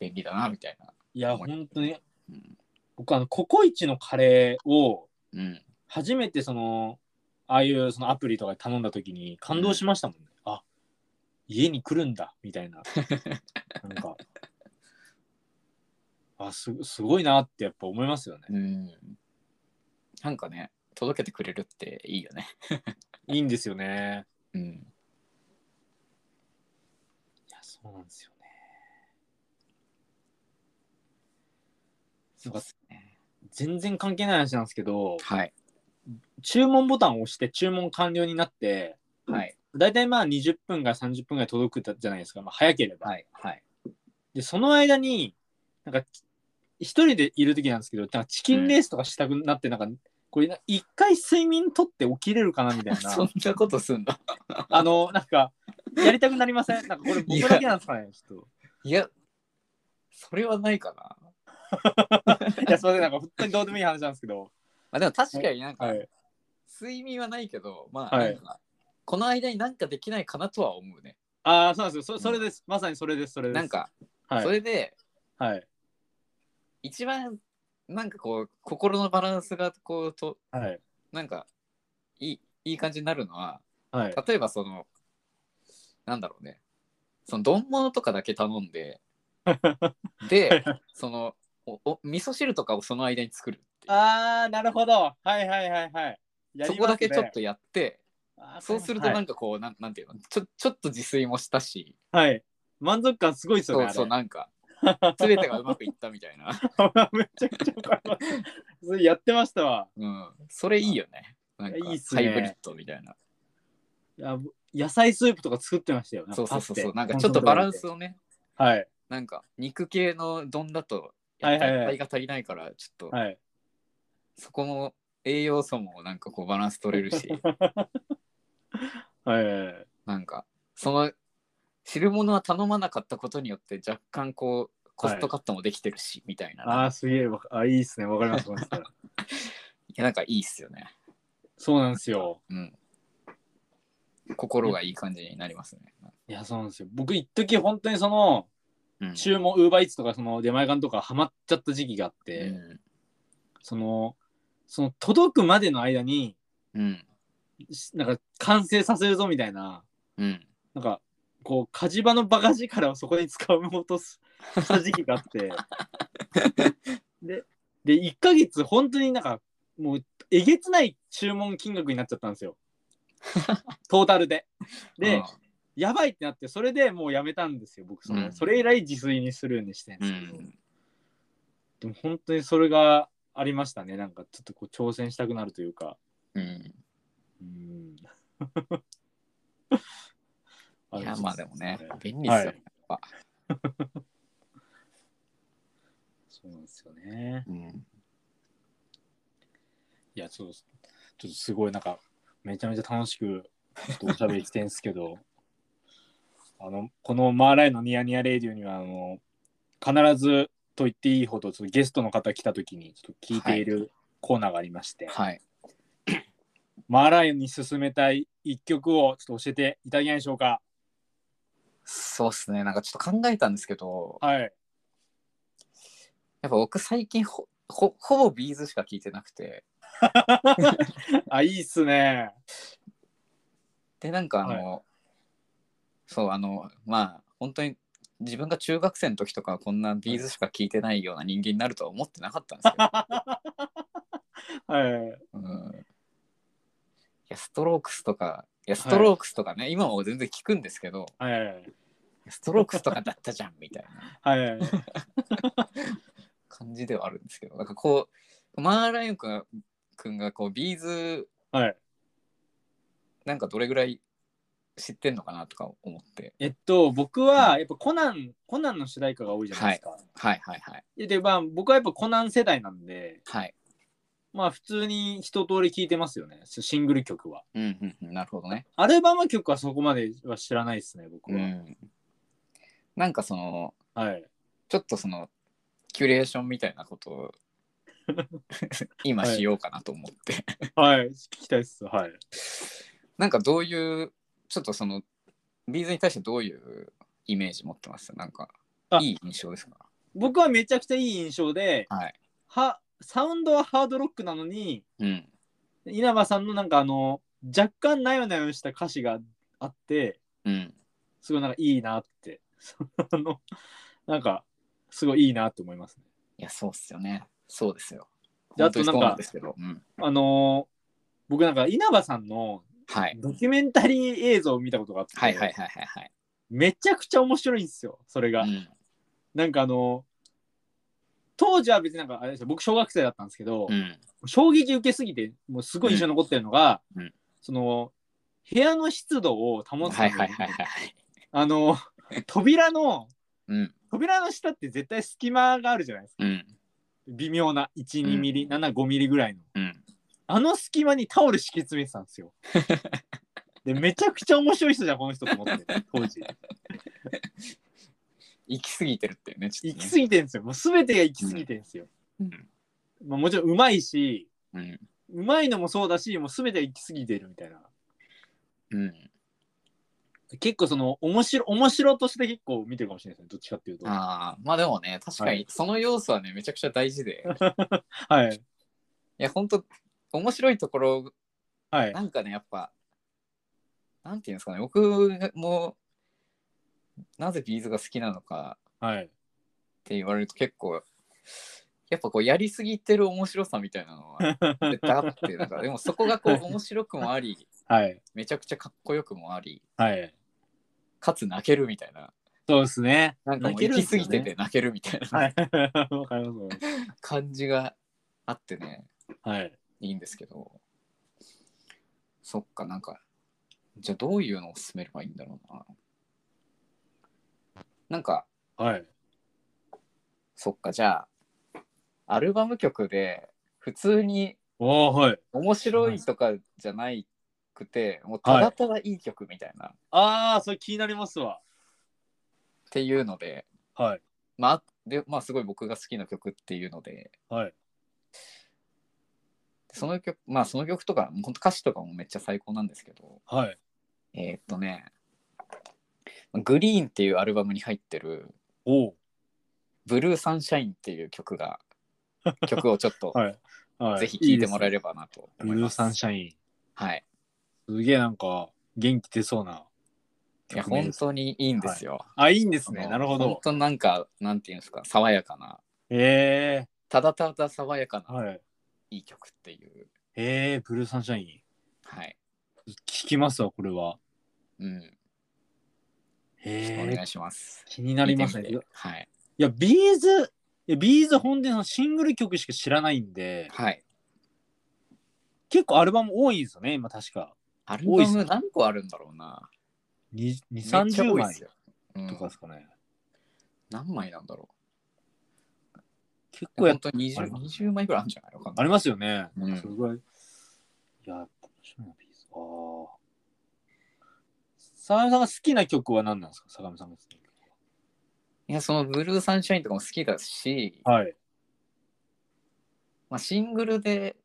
Speaker 2: 便利だなみたいな、
Speaker 1: い や本当に
Speaker 2: うん
Speaker 1: 僕あのココイチのカレーを
Speaker 2: うん、
Speaker 1: 初めてそのああいうそのアプリとかで頼んだ時に感動しましたもんね、あ家に来るんだみたい ななんかあすすごいなってやっぱ思いますよね
Speaker 2: うん、なんかね届けてくれるっていいよね、
Speaker 1: いいんですよね
Speaker 2: うん、
Speaker 1: いやそうなんですよねなんか
Speaker 2: ね
Speaker 1: 全然関係ない話なんですけど
Speaker 2: はい
Speaker 1: 注文ボタンを押して注文完了になって
Speaker 2: はい
Speaker 1: 大体まあ20分から30分ぐらい届くじゃないですか、まあ、早ければ、
Speaker 2: はいはい
Speaker 1: で、その間に、なんか、一人でいる時なんですけど、なんかチキンレースとかしたくなって、なんか、これ、一回睡眠取って起きれるかなみたい
Speaker 2: そ
Speaker 1: な、
Speaker 2: んなことすんだ
Speaker 1: あの、なんか、やりたくなりませんなんか、これ、僕だけなんですかねちょっ
Speaker 2: いやそれはないかな
Speaker 1: と。いや、すみません、なんか、本当にどうでもいい話なんですけど。
Speaker 2: まあでも確かになんか、
Speaker 1: はい。
Speaker 2: 睡眠はないけど、まあ、
Speaker 1: はい
Speaker 2: なんかこの間になんかできないかなとは思うね。
Speaker 1: ああ、そうなんですよ。そそれです。まさにそれです。それです。
Speaker 2: なん、か、
Speaker 1: はい。
Speaker 2: それで、
Speaker 1: はい。
Speaker 2: 一番、なんかこう、心のバランスが、こう、と、
Speaker 1: はい。
Speaker 2: なんか、いい、いい感じになるのは、
Speaker 1: はい。
Speaker 2: 例えばその、なんだろ うね、その、丼物とかだけ頼んで、で、その、おお味噌汁とかをその間に作るっていう
Speaker 1: あー、なるほど。はいはいはいはい。やります
Speaker 2: そ
Speaker 1: ね
Speaker 2: こだけちょっとやって
Speaker 1: あー
Speaker 2: そうすると
Speaker 1: は
Speaker 2: ないんかこう、なんなんていうのちょちょっと自炊もしたし
Speaker 1: はい。満足感すごいですよ
Speaker 2: そ
Speaker 1: ね。
Speaker 2: うそう
Speaker 1: あ
Speaker 2: なんか
Speaker 1: れ
Speaker 2: 全てがうまくいったみたいな、
Speaker 1: めちゃくちゃわかりますそれやってましたわ。
Speaker 2: うん、それいいよねなんか
Speaker 1: いいっす
Speaker 2: ハ
Speaker 1: ね
Speaker 2: イブリッドみたいな、
Speaker 1: いや野菜スープとか作ってましたよ。
Speaker 2: そうそうそうそう
Speaker 1: パス
Speaker 2: なん
Speaker 1: テ
Speaker 2: かちょっとバランス。をね
Speaker 1: はい。
Speaker 2: なんか肉系の丼だと
Speaker 1: は
Speaker 2: や
Speaker 1: い
Speaker 2: っぱ
Speaker 1: はい
Speaker 2: り
Speaker 1: はい
Speaker 2: 野菜が足りないからちょっと
Speaker 1: はい。
Speaker 2: そこも栄養素もなんかこうバランス取れる し
Speaker 1: はいはいはい。
Speaker 2: なんかその汁物は頼まなかったことによって若干こうコストカットもできてるし、みたいな
Speaker 1: ああ、すげえわか。あ、いいっすね。わかります。わかり ます
Speaker 2: いやなんかいいっすよね
Speaker 1: そうなんですよ。
Speaker 2: うん心がいい感じになりますね、
Speaker 1: いや、そうなんですよ。僕、一時本当にその、
Speaker 2: うん
Speaker 1: 注文、ウーバーイーツとか、その出前館とか、ハマっちゃった時期があって、
Speaker 2: うん
Speaker 1: その、その、届くまでの間に、
Speaker 2: うん
Speaker 1: しなんか、完成させるぞみたいな、
Speaker 2: うん
Speaker 1: なんか、こう、火事場のバカ力をそこに使おうと すした時期があって、で、で、1ヶ月、本当になんか、もう、えげつない注文金額になっちゃったん ですよ。トータルで。で、やばいってなってそれでもうやめたんですよ僕その、
Speaker 2: うん
Speaker 1: それ以来自炊にするようにしてるん
Speaker 2: う
Speaker 1: ですけど、
Speaker 2: ん、
Speaker 1: でも本当にそれがありましたねなんかちょっとこう挑戦したくなるというか
Speaker 2: うん
Speaker 1: うん
Speaker 2: いやまあでもね
Speaker 1: そう
Speaker 2: 便利です
Speaker 1: はい
Speaker 2: よ、やっぱ
Speaker 1: そうなんですよね
Speaker 2: うん
Speaker 1: いやちょっとちょっとすごいなんかめちゃめちゃ楽しくちょっとおしゃべりしてんですけど あのこのマーライのニヤニヤレディオにはあの必ずと言っていいほどちょっとゲストの方来た時にちょっと聞いているコーナーがありまして、
Speaker 2: はい
Speaker 1: マーライオンに進めたい一曲をちょっと教えていただけないでしょうか。
Speaker 2: そうっすねなんかちょっと考えたんですけど
Speaker 1: はい。
Speaker 2: やっぱ僕最近ほほほぼビーズしか聞いてなくて
Speaker 1: あ、いいっすね。
Speaker 2: でなんかあの、そうあのまあ本当に自分が中学生の時とかはこんなビーズしか聞いてないような人間になるとは思ってなかったんですけど、
Speaker 1: はい。
Speaker 2: うん、いやストロークスとかいやストロークスとかね、今も全然聞くんですけど
Speaker 1: はい。
Speaker 2: ストロークスとかだったじゃんみたいな
Speaker 1: はい。
Speaker 2: 感じではあるんですけどなんかこうマーライオンくんがくんがこうビーズ
Speaker 1: はい。
Speaker 2: なんかどれぐらい知ってんのかなとか思って
Speaker 1: えっと、僕はやっぱコナン、コナンの主題歌が多いじゃないですか。
Speaker 2: はいはいはい
Speaker 1: で、まあ、僕はやっぱコナン世代なんで、
Speaker 2: はい
Speaker 1: まあ、普通に一通り聴いてますよね。シングル曲は。
Speaker 2: うんうんうんなるほどね
Speaker 1: アルバム曲はそこまでは知らないですね、僕
Speaker 2: う
Speaker 1: は。
Speaker 2: んなんかその
Speaker 1: はい。
Speaker 2: ちょっとそのキュレーションみたいなこと を今しようかなと思って、
Speaker 1: はい。聞きたいっす。はい。
Speaker 2: なんかどういうちょっとそのビーズに対してどういうイメージ持ってますなんか
Speaker 1: あ
Speaker 2: いい印象ですか
Speaker 1: 僕はめちゃくちゃいい印象で、
Speaker 2: はい
Speaker 1: はサウンドはハードロックなのに、
Speaker 2: うん
Speaker 1: 稲葉さんのなんかあの若干なよなよした歌詞があって
Speaker 2: うん
Speaker 1: すごいなんかいいなって あのなんかすごいいいなって思いますね
Speaker 2: いやそうっすよねそうですよ
Speaker 1: であと
Speaker 2: 本当に
Speaker 1: なん
Speaker 2: そ
Speaker 1: か
Speaker 2: うなんですけど、うん、
Speaker 1: あのー僕なんか稲葉さんの
Speaker 2: はい
Speaker 1: ドキュメンタリー映像を見たことがあって、
Speaker 2: はいはいはいはいはい
Speaker 1: めちゃくちゃ面白いんですよそれが、
Speaker 2: うん
Speaker 1: なんかあの当時は別になんかあれですよ僕小学生だったんですけど、
Speaker 2: うん
Speaker 1: 衝撃受けすぎてもうすごい印象に残ってるのが、
Speaker 2: うんうん
Speaker 1: その部屋の湿度を保つため
Speaker 2: はい
Speaker 1: に、
Speaker 2: はいはいはいはい
Speaker 1: あの扉の
Speaker 2: うん
Speaker 1: 扉の下って絶対隙間があるじゃないですか
Speaker 2: うん
Speaker 1: 微妙な1
Speaker 2: う
Speaker 1: 2
Speaker 2: ん
Speaker 1: ミリ7 5ミリぐらいの
Speaker 2: うん
Speaker 1: あの隙間にタオル敷き詰めてたんです よでめちゃくちゃ面白い人じゃんこの人と思って当時
Speaker 2: 行き過ぎてるっていうねちょ
Speaker 1: 行
Speaker 2: っとね
Speaker 1: き過ぎてるんですよもう全てが行き過ぎてるんですよ、まあ、もちろんうまいし
Speaker 2: うん
Speaker 1: うまいのもそうだしもう全てが行き過ぎてるみたいな
Speaker 2: うんうん
Speaker 1: 結構その面白面白として結構見てるかもしれないですねどっちかっていうとは
Speaker 2: ああまあでもね確か
Speaker 1: はい
Speaker 2: にその要素はねめちゃくちゃ大事 でい
Speaker 1: い
Speaker 2: や本当面白いところ
Speaker 1: はい
Speaker 2: なんかねやっぱなんていうんですかね僕もなぜビーズが好きなのか
Speaker 1: はい
Speaker 2: って言われると結構やっぱこうやりすぎてる面白さみたいなのは絶対あってな んかでもそこがこう面白くもあり
Speaker 1: はい。
Speaker 2: めちゃくちゃかっこよくもあり
Speaker 1: はい。
Speaker 2: かつ泣けるみたいな
Speaker 1: そうですね。
Speaker 2: なんかもう
Speaker 1: 泣け
Speaker 2: 行
Speaker 1: るん
Speaker 2: き
Speaker 1: です
Speaker 2: 過
Speaker 1: よ
Speaker 2: ぎてて
Speaker 1: ね。
Speaker 2: 泣けるみたいな
Speaker 1: はい。わかりますわかりま
Speaker 2: 感じがあってね
Speaker 1: す。はい。
Speaker 2: いいんですけどそっかなんかじゃあどういうのを進めればいいんだろうななんか
Speaker 1: はい。
Speaker 2: そっかじゃあアルバム曲で普通に
Speaker 1: おー、はい。
Speaker 2: 面白いとかじゃないくて、もうただただいい曲みたいな、っ
Speaker 1: ああ、それ気になりますわ。
Speaker 2: ていうので
Speaker 1: はい。
Speaker 2: まあでまあすごい僕が好きな曲っていうので
Speaker 1: はい。
Speaker 2: その曲まあその曲とか本当歌詞とかもめっちゃ最高なんですけど
Speaker 1: はい。
Speaker 2: えーっとね「グリーンっていうアルバムに入ってる
Speaker 1: おー。
Speaker 2: 「ブルーサンシャインっていう曲 が曲をちょっと、
Speaker 1: はい。はい。
Speaker 2: ぜひ聴いてもらえ
Speaker 1: る。
Speaker 2: ればなと
Speaker 1: ブ
Speaker 2: 思い
Speaker 1: ルー
Speaker 2: ま
Speaker 1: サン
Speaker 2: す。
Speaker 1: シャイン。
Speaker 2: はい、
Speaker 1: すげえなんか元気出そうな。
Speaker 2: いや
Speaker 1: 曲名
Speaker 2: 本
Speaker 1: です
Speaker 2: 当にいいんですよ。
Speaker 1: あ、いいんです
Speaker 2: あ
Speaker 1: ね。
Speaker 2: の
Speaker 1: なるほ
Speaker 2: 本
Speaker 1: ど。
Speaker 2: 当なんかなんていうんですか爽やかな
Speaker 1: え
Speaker 2: ただただ爽やか
Speaker 1: ー、
Speaker 2: な
Speaker 1: はい。
Speaker 2: いい曲っていう。
Speaker 1: えー、ブルーサンシャイ
Speaker 2: はい。
Speaker 1: ン。聞きますわ、これは。
Speaker 2: うん。ちょっとお
Speaker 1: え
Speaker 2: 願
Speaker 1: ー、
Speaker 2: いします。
Speaker 1: 気になります
Speaker 2: 聞
Speaker 1: ね。い
Speaker 2: いてみ
Speaker 1: や
Speaker 2: て、はい。
Speaker 1: ビーズ、いやビーズ本でのシングル曲しか知らないんで、
Speaker 2: はい。
Speaker 1: 結構アルバム多いんですよね、今確か。
Speaker 2: アル
Speaker 1: 多いっ
Speaker 2: バ
Speaker 1: すね
Speaker 2: ム何個あるんだろうな。
Speaker 1: 2、二
Speaker 2: めっちゃ
Speaker 1: 30
Speaker 2: 多いっ
Speaker 1: 枚
Speaker 2: すよ。うん
Speaker 1: とかですかね。
Speaker 2: 何枚なんだろ
Speaker 1: 結
Speaker 2: う。
Speaker 1: 構や
Speaker 2: 本当に 20, 20枚ぐらいあるんじゃないのか
Speaker 1: あ
Speaker 2: な。
Speaker 1: りますよね。
Speaker 2: うん
Speaker 1: なんかそれぐらい。いや、面白いな、ビーズ。ああ。坂上さんが好きな曲は何なんですか坂上さんが好きな曲。
Speaker 2: いや、そのブルーサンシャインとかも好きだし、
Speaker 1: はい。
Speaker 2: まあ、シングルで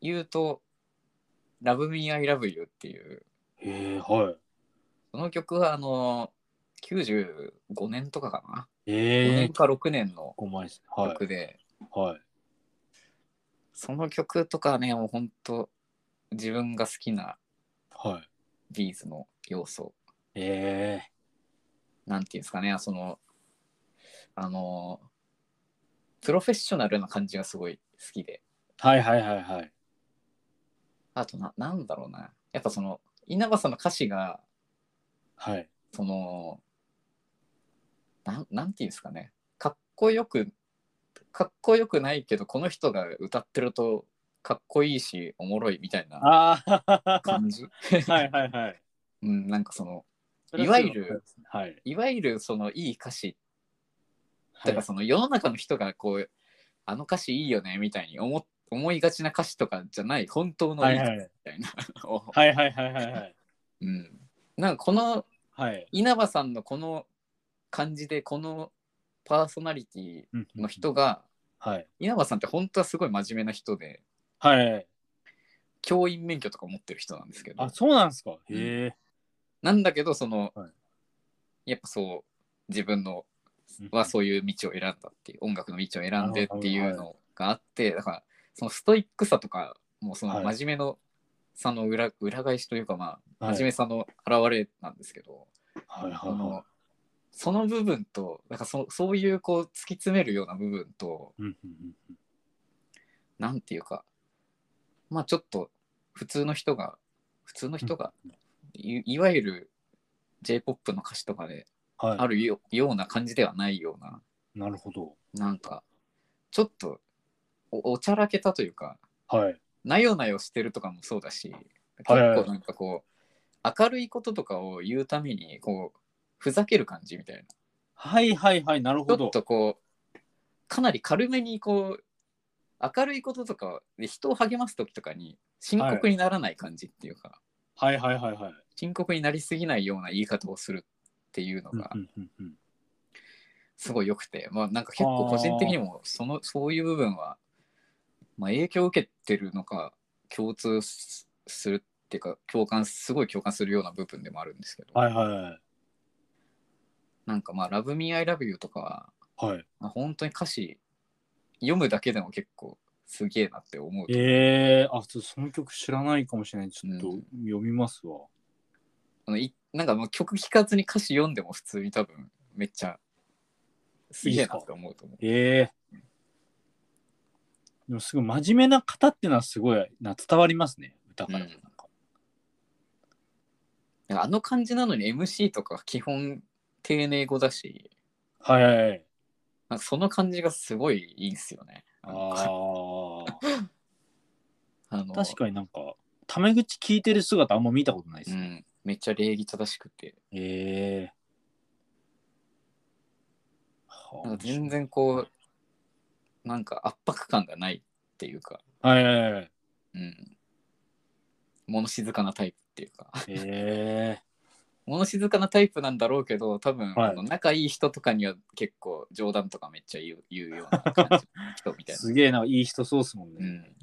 Speaker 2: 言うと、Love Me I Love You っていう、
Speaker 1: えー、はい。
Speaker 2: その曲はあの、95年とかかな。5
Speaker 1: え
Speaker 2: 年か6年の
Speaker 1: ー、うまいですね。はい。
Speaker 2: 曲で、
Speaker 1: はい。
Speaker 2: その曲とかね、もう本当自分が好きな
Speaker 1: はい。
Speaker 2: ビーズの要素
Speaker 1: え
Speaker 2: なんていうんですかねそのあのプロフェッショナルな感じがすごい好きで
Speaker 1: ー、はいはいはいはい。
Speaker 2: あとななんだろうなやっぱその稲葉さんの歌詞が
Speaker 1: はい。
Speaker 2: そのなんなんていうんですかねかっこよくかっこよくないけどこの人が歌ってるとかっこいいしおもろいみたいな
Speaker 1: ああ、
Speaker 2: 感じ、
Speaker 1: はいはいはい。
Speaker 2: うん、なんかその
Speaker 1: それ
Speaker 2: い
Speaker 1: は
Speaker 2: わ
Speaker 1: そう
Speaker 2: ゆ
Speaker 1: いうの
Speaker 2: る
Speaker 1: はい。
Speaker 2: いわゆるそのいい歌詞
Speaker 1: は
Speaker 2: だ
Speaker 1: い
Speaker 2: からその世の中の人がこうあの歌詞いいよねみたいに思思いがちな歌詞とかじゃない本当の
Speaker 1: はいい
Speaker 2: い歌
Speaker 1: はい。
Speaker 2: 詞みたいなのを、
Speaker 1: はいはいはいはいはい。
Speaker 2: うん、なんかこの
Speaker 1: はい。
Speaker 2: 稲葉さんのこの感じでこのパーソナリティ
Speaker 1: うん
Speaker 2: の。人が
Speaker 1: はい。
Speaker 2: 稲葉さんって本当はすごい真面目な人で
Speaker 1: はい。
Speaker 2: 教員免許とか持ってる人なんですけど
Speaker 1: あ、そうなんですか。へ
Speaker 2: なんだけどその、
Speaker 1: は
Speaker 2: やっぱそう自分の
Speaker 1: え。
Speaker 2: はそういう道を選んだっていう音楽の道を選んでっていう
Speaker 1: なるほ
Speaker 2: のがあってだからそのストイックさとかもうその
Speaker 1: はい
Speaker 2: 真面目のさの裏裏返しというかまあ
Speaker 1: はい
Speaker 2: 真面目さの表れなんですけど、
Speaker 1: はいはい
Speaker 2: そ
Speaker 1: は
Speaker 2: のその部分となんかそそういうこう突き詰めるような部分と
Speaker 1: い。うんうんうんうん
Speaker 2: なんていうかまあちょっと普通の人が普通の人がいいわゆる j p o p の歌詞とかであ
Speaker 1: は。
Speaker 2: るよような感じではないようない
Speaker 1: なるほど。
Speaker 2: なんか、ちょっとお、おちゃらけたというか、
Speaker 1: はい。
Speaker 2: なよなよしてるとかもそうだし、結構
Speaker 1: はいはい
Speaker 2: なんかこう、明るいこととかを言うために、こう、ふざける感じみたい
Speaker 1: はいはいはい。なる
Speaker 2: な。
Speaker 1: ほ
Speaker 2: ちょっ
Speaker 1: ど。
Speaker 2: とこう、かなり軽めにこう、明るいこととかで人を励ます時とかに深刻にならない感じっていうか、
Speaker 1: はいはいはいはい。
Speaker 2: 深刻になりすぎないような言い方をするっていうの
Speaker 1: うん
Speaker 2: が
Speaker 1: うんうんうん
Speaker 2: すごい良くて、まあなんか結構個人的にもそのそういう部分は、まあ、影響を受けてるのか共通すするっていうか共感すごい共感するような部分でもあるんですけど、
Speaker 1: はいはい
Speaker 2: なんかまあ「Love Me I Love You」とかは、
Speaker 1: はい。はい。
Speaker 2: まあ、本当に歌詞読むだけでも結構すげえなって思うと、
Speaker 1: えー、あ、ちょっとその曲知らないかもしれない。ちょっと
Speaker 2: うん
Speaker 1: 読みますわ。
Speaker 2: あのいなんかもう曲聴かずに歌詞読んでも普通に多分めっちゃすげえなって思うと思う。
Speaker 1: ええでもすごい真面目な方っていうのはすごいな伝わりますね歌からもなんか、
Speaker 2: なんかあの感じなのに MC とか基本丁寧語だし、
Speaker 1: はいはいはい
Speaker 2: なんかその感じがすごいいいんすよね。
Speaker 1: ああ
Speaker 2: あの
Speaker 1: 確かになんかタメ口聞いてる姿あんま見たことないです
Speaker 2: う
Speaker 1: ね、
Speaker 2: ん、めっちゃ礼儀正しくて、
Speaker 1: ええはあ
Speaker 2: なんか全然こう、なんか圧迫感がないっていうか、
Speaker 1: はいはいはいはい
Speaker 2: うん、物静かなタイプっていうか、
Speaker 1: え
Speaker 2: 物静かなタイプなんだろうけど、多分、
Speaker 1: はい
Speaker 2: あの仲いい人とかには結構冗談とかめっちゃ言う言うような感じの人み
Speaker 1: え
Speaker 2: たい な。
Speaker 1: すげえないい人そうっすもん
Speaker 2: う
Speaker 1: ね、
Speaker 2: ん、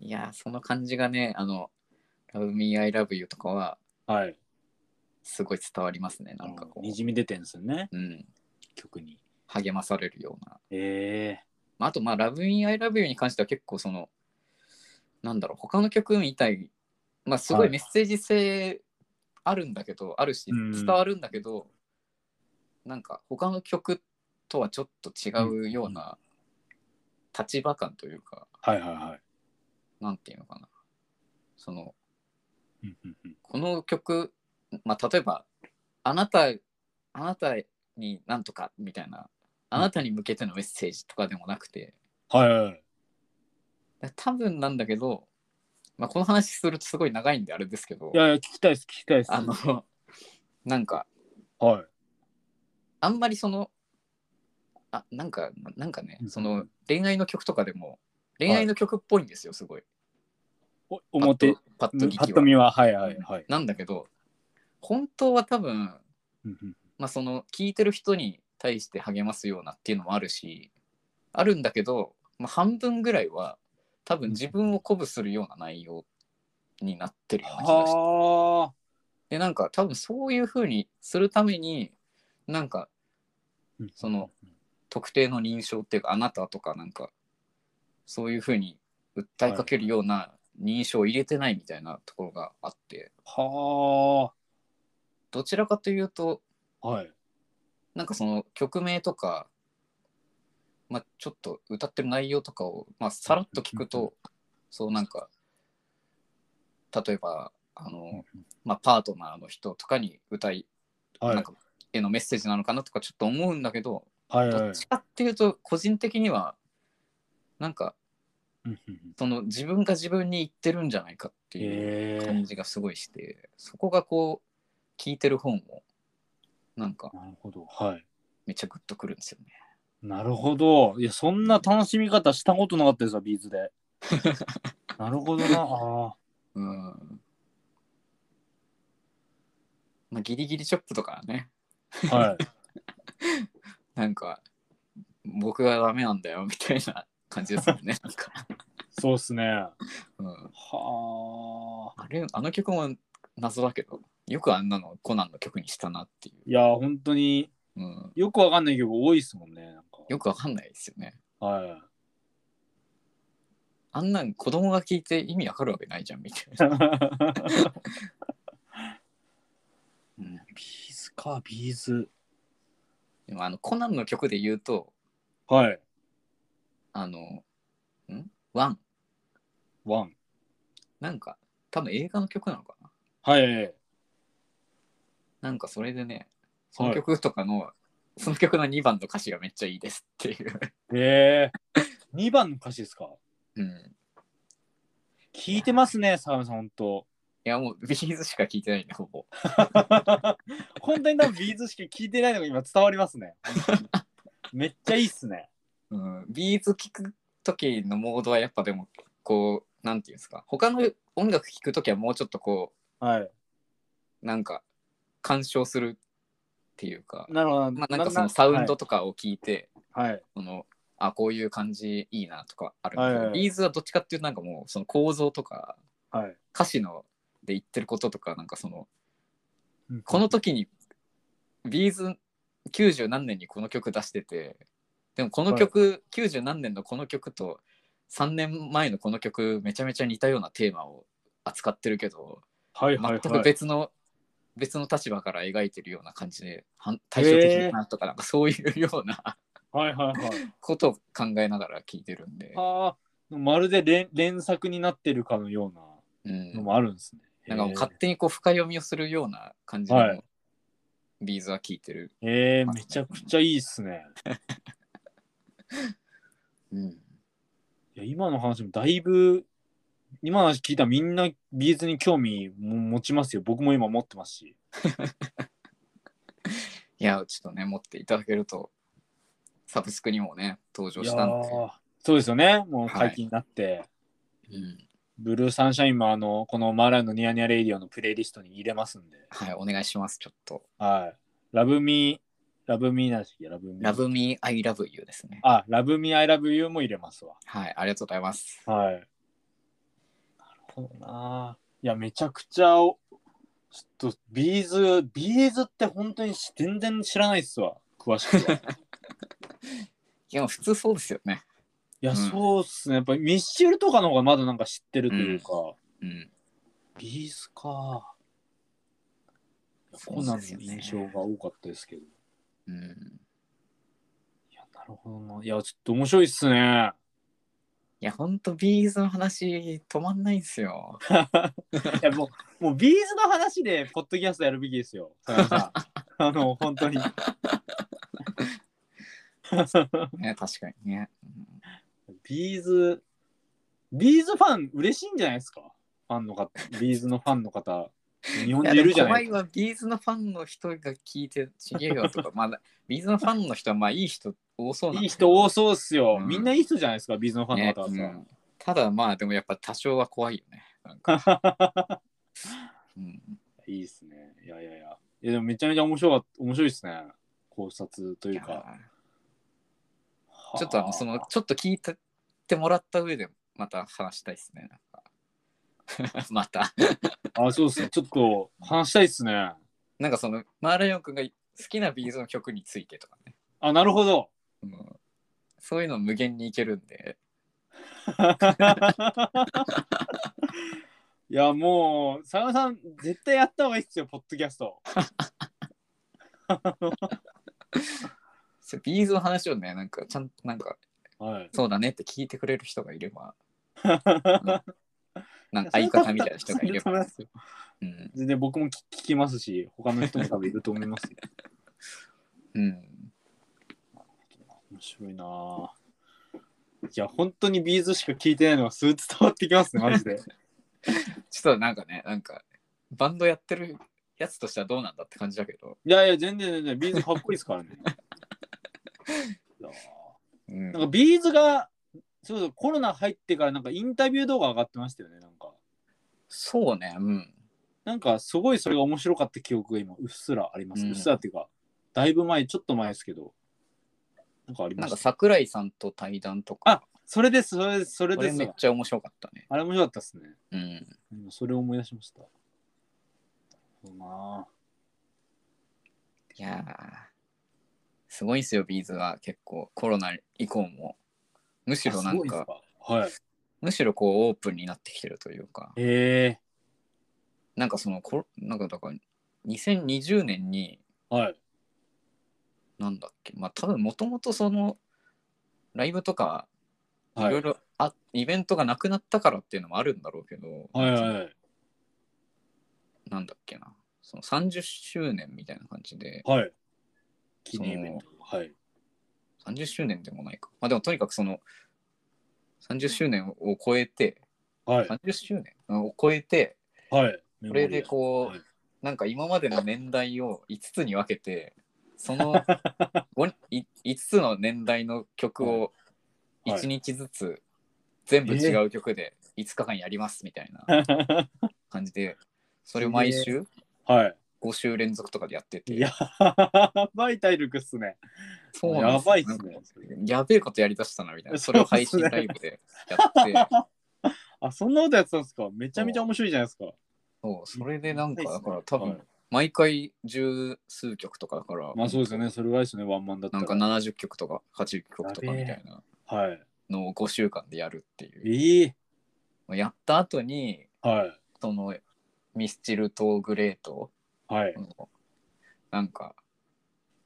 Speaker 2: いやー、その感じがね、あの、Love Me, I love you とかは
Speaker 1: はい
Speaker 2: すごい伝わりますね、なんかこ
Speaker 1: にじみ出てんすよね
Speaker 2: う。うん、
Speaker 1: 曲に
Speaker 2: 励まされるような。
Speaker 1: ええ
Speaker 2: まあ、あと、まあ、Love Me, I Love You に関しては結構その、なんだろう、他の曲みたい、まあ、すご
Speaker 1: はい
Speaker 2: いメッセージ性あるんだけど、あるし、
Speaker 1: うん
Speaker 2: 伝わるんだけど、なんか、他の曲とはちょっと違うような立場感というか、
Speaker 1: はいはいはい
Speaker 2: なんていうのかな。その、
Speaker 1: うんうんうん
Speaker 2: この曲、まあ、例えば、あなた、あなたになんとかみたいな、あなたに向けてのメッセージとかでもなくて、
Speaker 1: はいはいはい
Speaker 2: 多分なんだけど、まあ、この話するとすごい長いんであれですけど
Speaker 1: いやいや聞きたいです聞きたいです
Speaker 2: あのなんか
Speaker 1: はい
Speaker 2: あんまりそのあなんかなんかね
Speaker 1: うん
Speaker 2: その恋愛の曲とかでも恋愛の曲っぽいんですよすごい。
Speaker 1: お表
Speaker 2: パッとパッと
Speaker 1: パ
Speaker 2: 聞き
Speaker 1: ッ
Speaker 2: は
Speaker 1: と見ははいはいはい、
Speaker 2: なんだけど本当は多分、
Speaker 1: うんうん
Speaker 2: まあ、その聞いてる人に対して励ますようなっていうのもあるしあるんだけど、まあ、半分ぐらいは多分自分を鼓舞するような内容になってるような気がして。
Speaker 1: はあ
Speaker 2: でなんか多分そういう風にするためになんかその特定の認証っていうかあなたとかなんかそういう風に訴えかけるような認証を入れてないみたいなところがあって
Speaker 1: は
Speaker 2: どちらかというと
Speaker 1: あはい
Speaker 2: なんかその曲名とか、まあ、ちょっと歌ってる内容とかを、まあ、さらっと聞く
Speaker 1: うんう
Speaker 2: とそうなんか例えばあの、まあ、パートナーの人とかに歌い
Speaker 1: はい
Speaker 2: なんかへのメッセージなのかなとかちょっと思うんだけど、
Speaker 1: はいはい
Speaker 2: どっちかっていうと個人的にはなんか
Speaker 1: うんうんうん
Speaker 2: その自分が自分に言ってるんじゃないかっていう
Speaker 1: ええ
Speaker 2: 感じがすごいして、そこがこう聞いてる方もなんか
Speaker 1: なるほどはい
Speaker 2: めっちゃグッとくるんですよね。
Speaker 1: なるほど。いや、そんな楽しみ方したことなかったですわ、ビーズ で。なるほどな。あ
Speaker 2: うんまあ、ギリギリチョップとかはね
Speaker 1: ーはい。
Speaker 2: なんか僕がダメなんだよみたいな感じですもん ねなんか、
Speaker 1: そうっすね。は
Speaker 2: うん、
Speaker 1: あ。
Speaker 2: あれあの曲も謎だけどよくあんなのコナンの曲にしたなってい
Speaker 1: いや、本当に
Speaker 2: う、うん、
Speaker 1: よくわかんない曲多いっすもんね。なんか
Speaker 2: よくわかんないですよね
Speaker 1: は
Speaker 2: あんなん子供が聞いて意味わかるわけないじゃんみたい
Speaker 1: い。
Speaker 2: な。うん、
Speaker 1: ビーズか、ビーズ。
Speaker 2: でもあのコナンの曲で言うと、
Speaker 1: はい。
Speaker 2: あの、んワン。
Speaker 1: ワン。
Speaker 2: なんか、多分映画の曲なのかな
Speaker 1: はい。
Speaker 2: なんかそれでね、その曲とかの、その曲の2番の歌詞がめっちゃいいですっていう。
Speaker 1: えー、2番の歌詞ですか。
Speaker 2: うん。
Speaker 1: 聞いてますね、坂上さん、本当。
Speaker 2: いやもうビーズしか聞いてないんで、ほぼ。
Speaker 1: 本当に多分ビーズしか聞いてないのが今伝わりますね。めっちゃいいっすね。
Speaker 2: うん、ビーズ聴く時のモードはやっぱでも、こう、なんていうんですか、他の音楽聴く時はもうちょっとこ
Speaker 1: はい。
Speaker 2: う、なんか、鑑賞するっていうか、
Speaker 1: なるほど。
Speaker 2: まあ、なんかそのサウンドとかを聞いて、
Speaker 1: はい。はい。
Speaker 2: そのあこういう感じいいなとかあるんだ
Speaker 1: はい
Speaker 2: けど、
Speaker 1: はいはい
Speaker 2: ビーズはどっちかっていうとなんかもうその構造とか
Speaker 1: はい
Speaker 2: 歌詞ので言ってることとかなんかそのこの時にビーズ90何年にこの曲出しててでもこの曲、90何年のこの曲と3年前のこの曲めちゃめちゃ似たようなテーマを扱ってるけど
Speaker 1: はいはい
Speaker 2: 全
Speaker 1: は
Speaker 2: く
Speaker 1: い。
Speaker 2: 別の、別の立場から描いてるような感じではん対照的だなとかなんかそういうような
Speaker 1: はいはいはい。
Speaker 2: ことを考えながら聴いてるんで。
Speaker 1: ああ、まるで連連作になってるかのよう
Speaker 2: う
Speaker 1: なの
Speaker 2: ん、
Speaker 1: もあるんですね。
Speaker 2: なんかもう
Speaker 1: へー
Speaker 2: 勝手にこう深読みをするような感じの、
Speaker 1: はい
Speaker 2: ビーズは聞いてる。
Speaker 1: えー、めちゃくちゃいいっすね。
Speaker 2: うん、
Speaker 1: いや今の話もだいぶ今の話聞いたらみんなビーズに興味も持ちますよ僕も今持ってますし
Speaker 2: いや、ちょっとね、持っていただけると、サブスクにもね、登場
Speaker 1: い
Speaker 2: し
Speaker 1: や
Speaker 2: たんで。
Speaker 1: ーそうですよねもう
Speaker 2: はい
Speaker 1: 解禁になって、
Speaker 2: うん、
Speaker 1: ブルーサンシャインもあのこのマーライオンのニヤニヤレイディオのプレイリストに入れますんで
Speaker 2: はい、お願いします、ちょっと。
Speaker 1: はいラブミーラブミーなんですけどラブミー
Speaker 2: ラブミーアイラブユーですね。
Speaker 1: あラブミーアイラブユーも入れますわ
Speaker 2: はい、ありがとうございます。
Speaker 1: はいなるほどないやめちゃくちゃおちょっとビーズビーズって本当にし全然知らないっすわ詳しく は。
Speaker 2: いや、普通そうですよね。
Speaker 1: いや、
Speaker 2: うん
Speaker 1: そうっすね。やっぱりミッシェルとかの方がまだなんか知ってるというか、
Speaker 2: うん。
Speaker 1: ビーズか。
Speaker 2: そ
Speaker 1: コ
Speaker 2: う
Speaker 1: ナ
Speaker 2: な
Speaker 1: ン
Speaker 2: ん
Speaker 1: の
Speaker 2: ですよね
Speaker 1: 印象が多かったですけど。い
Speaker 2: うん、
Speaker 1: や、なるほどな。いや、ちょっと面白いっすね。
Speaker 2: いや、ほんと、ビーズの話、止まんないんすよ。
Speaker 1: いや、もう、もうビーズの話で、ポッドキャストやるべきですよ。さや さんあの、本当に。
Speaker 2: ね、確かにね。うん
Speaker 1: ビーズ、ビーズファン、嬉しいんじゃないですかファンの方、ビーズのファンの方、日本
Speaker 2: い
Speaker 1: 中
Speaker 2: や
Speaker 1: い
Speaker 2: で
Speaker 1: る
Speaker 2: も
Speaker 1: じゃない
Speaker 2: 怖いわ、ビーズのファンの人が聞いて、ちげえよと か、まだ、ビーズのファンの人は、まあ、いい人多そうなん
Speaker 1: いい
Speaker 2: で
Speaker 1: 人多そうっすよ。
Speaker 2: うん
Speaker 1: みんないい人じゃないですか、ビーズのファンの
Speaker 2: ね
Speaker 1: 方はさ。
Speaker 2: うんただ、まあ、でもやっぱ多少は怖いよね。なんか、うん、
Speaker 1: いいですね。いやいやいや。いやでもめちゃめちゃ面白かった面白いですね。考察とい
Speaker 2: い
Speaker 1: う
Speaker 2: や
Speaker 1: か。
Speaker 2: ちょっとあの、その、ちょっと聞いてもらった上で、また話したいですね。なんか また。
Speaker 1: あ、そうですね。ちょっと話したいですね。
Speaker 2: なんかその、マーライオン君が好きなビーズの曲についてとかね。
Speaker 1: あ、なるほ ど。
Speaker 2: うんそういうの無限にいけるんで。
Speaker 1: いや、もう、佐野さん、絶対やった方がいいっすよ、ポッドキャスト。
Speaker 2: そうビーズの話をね、なんか、ちゃんと、なんか、
Speaker 1: はい。
Speaker 2: そうだねって聞いてくれる人がいれ ば、なんか
Speaker 1: いや
Speaker 2: 相方みたいな人がいれ
Speaker 1: そんなことない
Speaker 2: ば。
Speaker 1: っすよ
Speaker 2: うん。
Speaker 1: 全然僕も聞聞きますし、他の人も多分いると思いますよ。
Speaker 2: うん。
Speaker 1: 面白いなぁ。いや、本当にビーズしか聞いてないのがすぐ伝わってきますね、マジで。
Speaker 2: ちょっとなんかね、なんか、バンドやってるやつとしてはどうなんだって感じだけど。
Speaker 1: いやいや、全然全然、ビーズかっこいいですから ね。いや
Speaker 2: うん
Speaker 1: ーなんかビーズが、そうそう、コロナ入ってからなんかインタビュー動画上がってましたよね、なんか。
Speaker 2: そうね、うん。
Speaker 1: なんかすごいそれが面白かった記憶が今、うっすらあります。
Speaker 2: う
Speaker 1: うんっすらっていうか、だいぶ前、ちょっと前ですけど、なんかあり
Speaker 2: な
Speaker 1: ま
Speaker 2: ん
Speaker 1: し
Speaker 2: か
Speaker 1: た。
Speaker 2: 桜井さんと対談とか、
Speaker 1: それです、それです、それ
Speaker 2: これ
Speaker 1: です
Speaker 2: めっ。ちゃ面白かったね。
Speaker 1: あれ面白かったですね。
Speaker 2: うん。
Speaker 1: 今それを思い出しました。そうない
Speaker 2: やーすごいんすよ、ビーズは結構コロナ以降も。むし
Speaker 1: ぁ。
Speaker 2: ろな
Speaker 1: す
Speaker 2: ん
Speaker 1: ごいっす
Speaker 2: か、
Speaker 1: かはい。
Speaker 2: むしろこうオープンになってきてるというか、
Speaker 1: へえ
Speaker 2: なんかそのコロ、なんかだから2020年に、
Speaker 1: はい。
Speaker 2: なんだっけ、まあ多分もともとその、ライブとか、い
Speaker 1: はい
Speaker 2: ろいろあイベントがなくなったからっていうのもあるんだろうけど、
Speaker 1: はいはい。
Speaker 2: なんだっけな、その30周年みたいな感じで、
Speaker 1: はい。記念イベント。はい。
Speaker 2: 30周年でもないか。まあでもとにかくその30周年を超えて、
Speaker 1: はい。
Speaker 2: 30周年を超えて、
Speaker 1: はい。
Speaker 2: これでこ、
Speaker 1: はいう
Speaker 2: なんか今までの年代を5つに分けて、その 5, つの年代の曲を
Speaker 1: はい
Speaker 2: 1日ずつ全部違う曲で5日間やりますみたいな感じで、それを毎週
Speaker 1: はい。
Speaker 2: 5週連続とかでやってて、
Speaker 1: やばい体力っすね。
Speaker 2: そうなんですよ
Speaker 1: やばいっすね
Speaker 2: なんかやべえことやりだしたなみたいな、それを配信ライブでやって、
Speaker 1: あ、そんなことやってたんですかめちゃめちゃ面白いじゃないですか。
Speaker 2: そうそれでなんか、
Speaker 1: やばいっ
Speaker 2: だ
Speaker 1: すね
Speaker 2: から多
Speaker 1: はい
Speaker 2: 分、毎回十数曲とかだから、
Speaker 1: まあそうですよね。それぐらいですよね、ワンマンだった
Speaker 2: なん
Speaker 1: ら。
Speaker 2: か70曲とか80曲とか
Speaker 1: やべえ
Speaker 2: みたいな
Speaker 1: はい。
Speaker 2: のを5週間でやるっていう。
Speaker 1: いい。
Speaker 2: やった後に、
Speaker 1: はい。
Speaker 2: そのミスチルとグレーと、
Speaker 1: はい。
Speaker 2: なんか、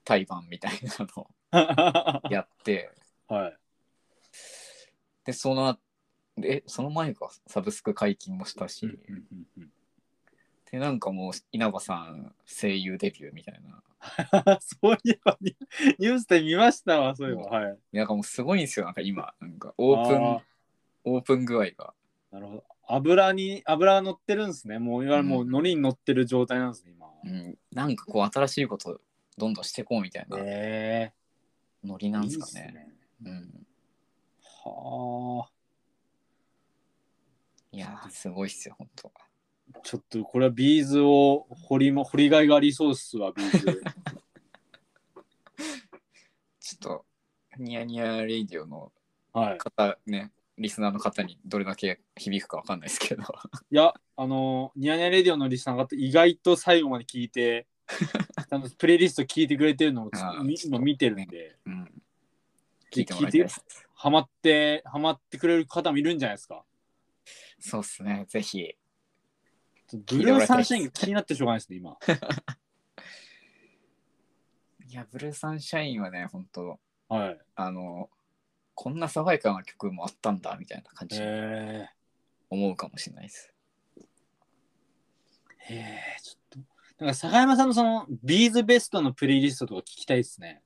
Speaker 2: 対バンみたいな のを
Speaker 1: は
Speaker 2: やって、
Speaker 1: い。
Speaker 2: で、その後、え、その前か、サブスク解禁もしたし、で、なんかもう、稲葉さん、声優デビューみたいな。
Speaker 1: そういえばニュニュースで見ましたわそういえばはい
Speaker 2: なんかもうすごいんですよ、なんか今、なんかオープ
Speaker 1: あ
Speaker 2: ン、オープン具合が。
Speaker 1: なるほど油に油が乗ってるんですねもういわゆるもう
Speaker 2: うん
Speaker 1: 海苔に乗ってる状態なんですね今
Speaker 2: うん、なんかこう、新しいことをどんどんしていこうみたいな
Speaker 1: え
Speaker 2: ノリ
Speaker 1: え
Speaker 2: なんですか
Speaker 1: いいっ
Speaker 2: ね。うん。
Speaker 1: はあ
Speaker 2: いやー、すごいっすよ、本当
Speaker 1: ちょっとこれはビーズを掘りも掘りがいがありそうっすわビー ズ
Speaker 2: ちょっと、ニヤニヤレイディオの
Speaker 1: はい
Speaker 2: 方、ね、リスナーの方にどれだけ響くかわかんないですけど、
Speaker 1: いやあのニヤニヤレディオのリスナーが意外と最後まで聞い てあのプレイリスト聞いてくれてるのを
Speaker 2: あー
Speaker 1: み
Speaker 2: ちょっと
Speaker 1: 今見てるんで
Speaker 2: うん、聞いてもらいたい
Speaker 1: 聞い
Speaker 2: で
Speaker 1: て
Speaker 2: す。
Speaker 1: ハマってハマってくれる方もいるんじゃないですか
Speaker 2: そうっすね、ぜひ。
Speaker 1: ブルーサンシャインが気になってしょうがないですね今
Speaker 2: いや、ブルーサンシャインはね、本当
Speaker 1: はい
Speaker 2: あの、こんな爽やかな曲もあったんだ、みたいな感じ、
Speaker 1: え
Speaker 2: 思うかもしれないです。
Speaker 1: ー、えー、ちょっとなんか坂山さんのそのビーズベストのプレイリストとか聞きたいですね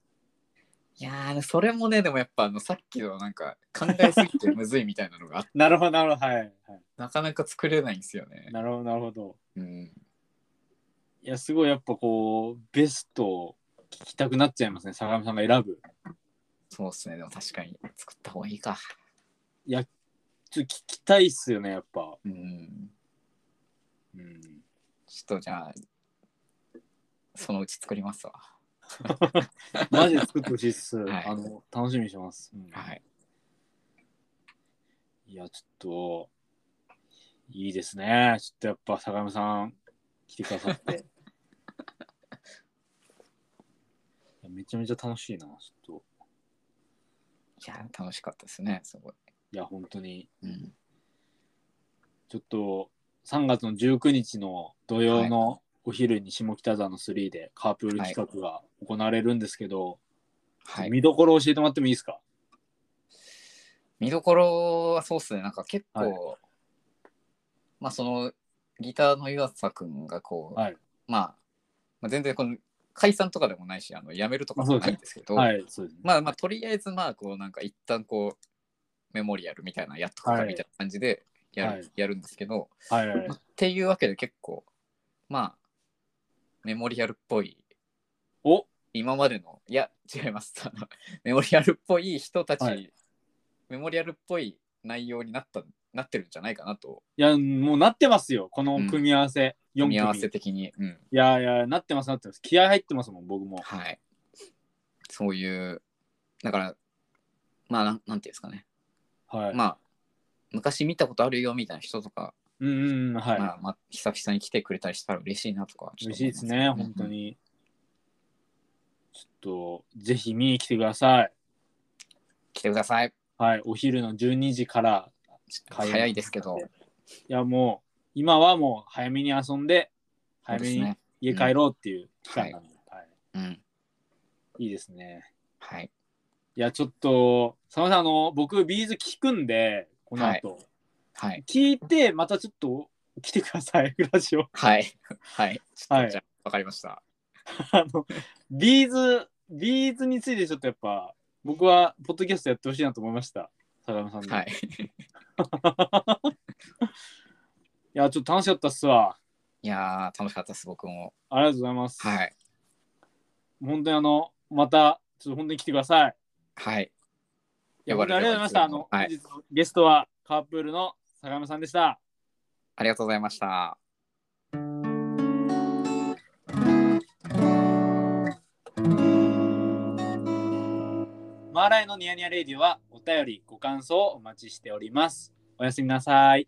Speaker 2: いやー、それもね、でもやっぱあの、さっきのなんか、考えすぎてむずいみたいなのがあっ
Speaker 1: なるほどなるほどはい、はい、
Speaker 2: なかなか作れないんですよね。
Speaker 1: なるほどなるほど
Speaker 2: うん、
Speaker 1: いやすごいやっぱこうベストを聞きたくなっちゃいますね坂山さんが選ぶ
Speaker 2: そうっすね、でも確かに作った方がいいか。
Speaker 1: ちょっと聞きたいっすよねやっぱ
Speaker 2: うん、
Speaker 1: うん
Speaker 2: ちょっとじゃあ、そのうち作りますわ。
Speaker 1: マジで作ってほしいっ す、
Speaker 2: はい
Speaker 1: あの楽しみにしてます、うん
Speaker 2: はい。
Speaker 1: いや、ちょっと、いいですね。ちょっとやっぱ、坂山さん、来てくださ って。いやめちゃめちゃ楽しいな、ちょっと。
Speaker 2: いやー、楽しかったですね、すごい。
Speaker 1: いや、本当に、
Speaker 2: うん、
Speaker 1: ちょっと、3月の19日の土曜のお昼に下北沢の3でカープール企画が行われるんですけど、
Speaker 2: はい。
Speaker 1: 見どころを教えてもらってもいいですか
Speaker 2: 見どころはそうっすねなんか結構、
Speaker 1: は
Speaker 2: まあそのギターの岩佐くんがこう、
Speaker 1: はい
Speaker 2: まあ、まあ全然この解散とかでもないしあの辞めるとかもないんですけど
Speaker 1: はい、そうですね。
Speaker 2: まあまあとりあえずまあこうなんか一旦こうメモリアルみたいなのやっとくか
Speaker 1: はい
Speaker 2: みたいな感じでやる,、
Speaker 1: はい
Speaker 2: やるんですけど、
Speaker 1: はいはいはい
Speaker 2: っ。ていうわけで結構まあメモリアルっぽい
Speaker 1: お
Speaker 2: 今までのいや違いますあのメモリアルっぽい人たち、
Speaker 1: はい
Speaker 2: メモリアルっぽい内容になったなってるんじゃないかなと
Speaker 1: いや、もうなってますよ、この組み合わせ。四
Speaker 2: 組み
Speaker 1: 組
Speaker 2: 合わせ的に、うん
Speaker 1: いやいや、なってます、なってます。気合入ってますもん、僕も。
Speaker 2: はいそういうだからまあなんなんていうんですかね、
Speaker 1: はい。
Speaker 2: まあ昔見たことあるよみたいな人とか、
Speaker 1: うんうんうん、はい。
Speaker 2: まあまあ、久々に来てくれたりしたら嬉しいなとか
Speaker 1: 嬉しいですね、本当、
Speaker 2: ちょっと思ます
Speaker 1: に。ちょっと、ぜひ見に来てください。
Speaker 2: うん来てください
Speaker 1: はい、お昼の12時から。
Speaker 2: ちょっと早いですけど
Speaker 1: いや、もう、今はもう早めに遊んで、
Speaker 2: そ
Speaker 1: 早
Speaker 2: うで
Speaker 1: め
Speaker 2: す
Speaker 1: に
Speaker 2: ね
Speaker 1: 家帰ろうっていう期間なんで、はい
Speaker 2: うん
Speaker 1: いいですね。
Speaker 2: はい
Speaker 1: いや、ちょっと、佐野さん、あの、僕、ビーズ聞くんで、この後。
Speaker 2: はい
Speaker 1: 聞いて、またちょっと来てください、ラジオ。
Speaker 2: はい。はい。 ちょっ
Speaker 1: はい
Speaker 2: とじゃあ、わかりました。
Speaker 1: あの、ビーズ、ビーズについてちょっとやっぱ、僕は、ポッドキャストやってほしいなと思いました。坂山さんに。、
Speaker 2: はいい。
Speaker 1: や、ちょっと楽しかったっすわ。
Speaker 2: いやー、楽しかったです、僕も。
Speaker 1: ありがとうございます。
Speaker 2: はい。
Speaker 1: 本当にあの、また、ちょっと本当に来てください。
Speaker 2: はい。
Speaker 1: いや、
Speaker 2: 呼ば
Speaker 1: 本
Speaker 2: れ
Speaker 1: 当にありがとうござ
Speaker 2: れ
Speaker 1: い
Speaker 2: ば
Speaker 1: ま
Speaker 2: いつ
Speaker 1: し
Speaker 2: で
Speaker 1: た。
Speaker 2: も
Speaker 1: あの、
Speaker 2: はい
Speaker 1: 本日のゲストは、カープールの坂山さんでした。
Speaker 2: ありがとうございました。
Speaker 1: マーライのニヤニヤレディオは、お便り、ご感想をお待ちしております。おやすみなさい。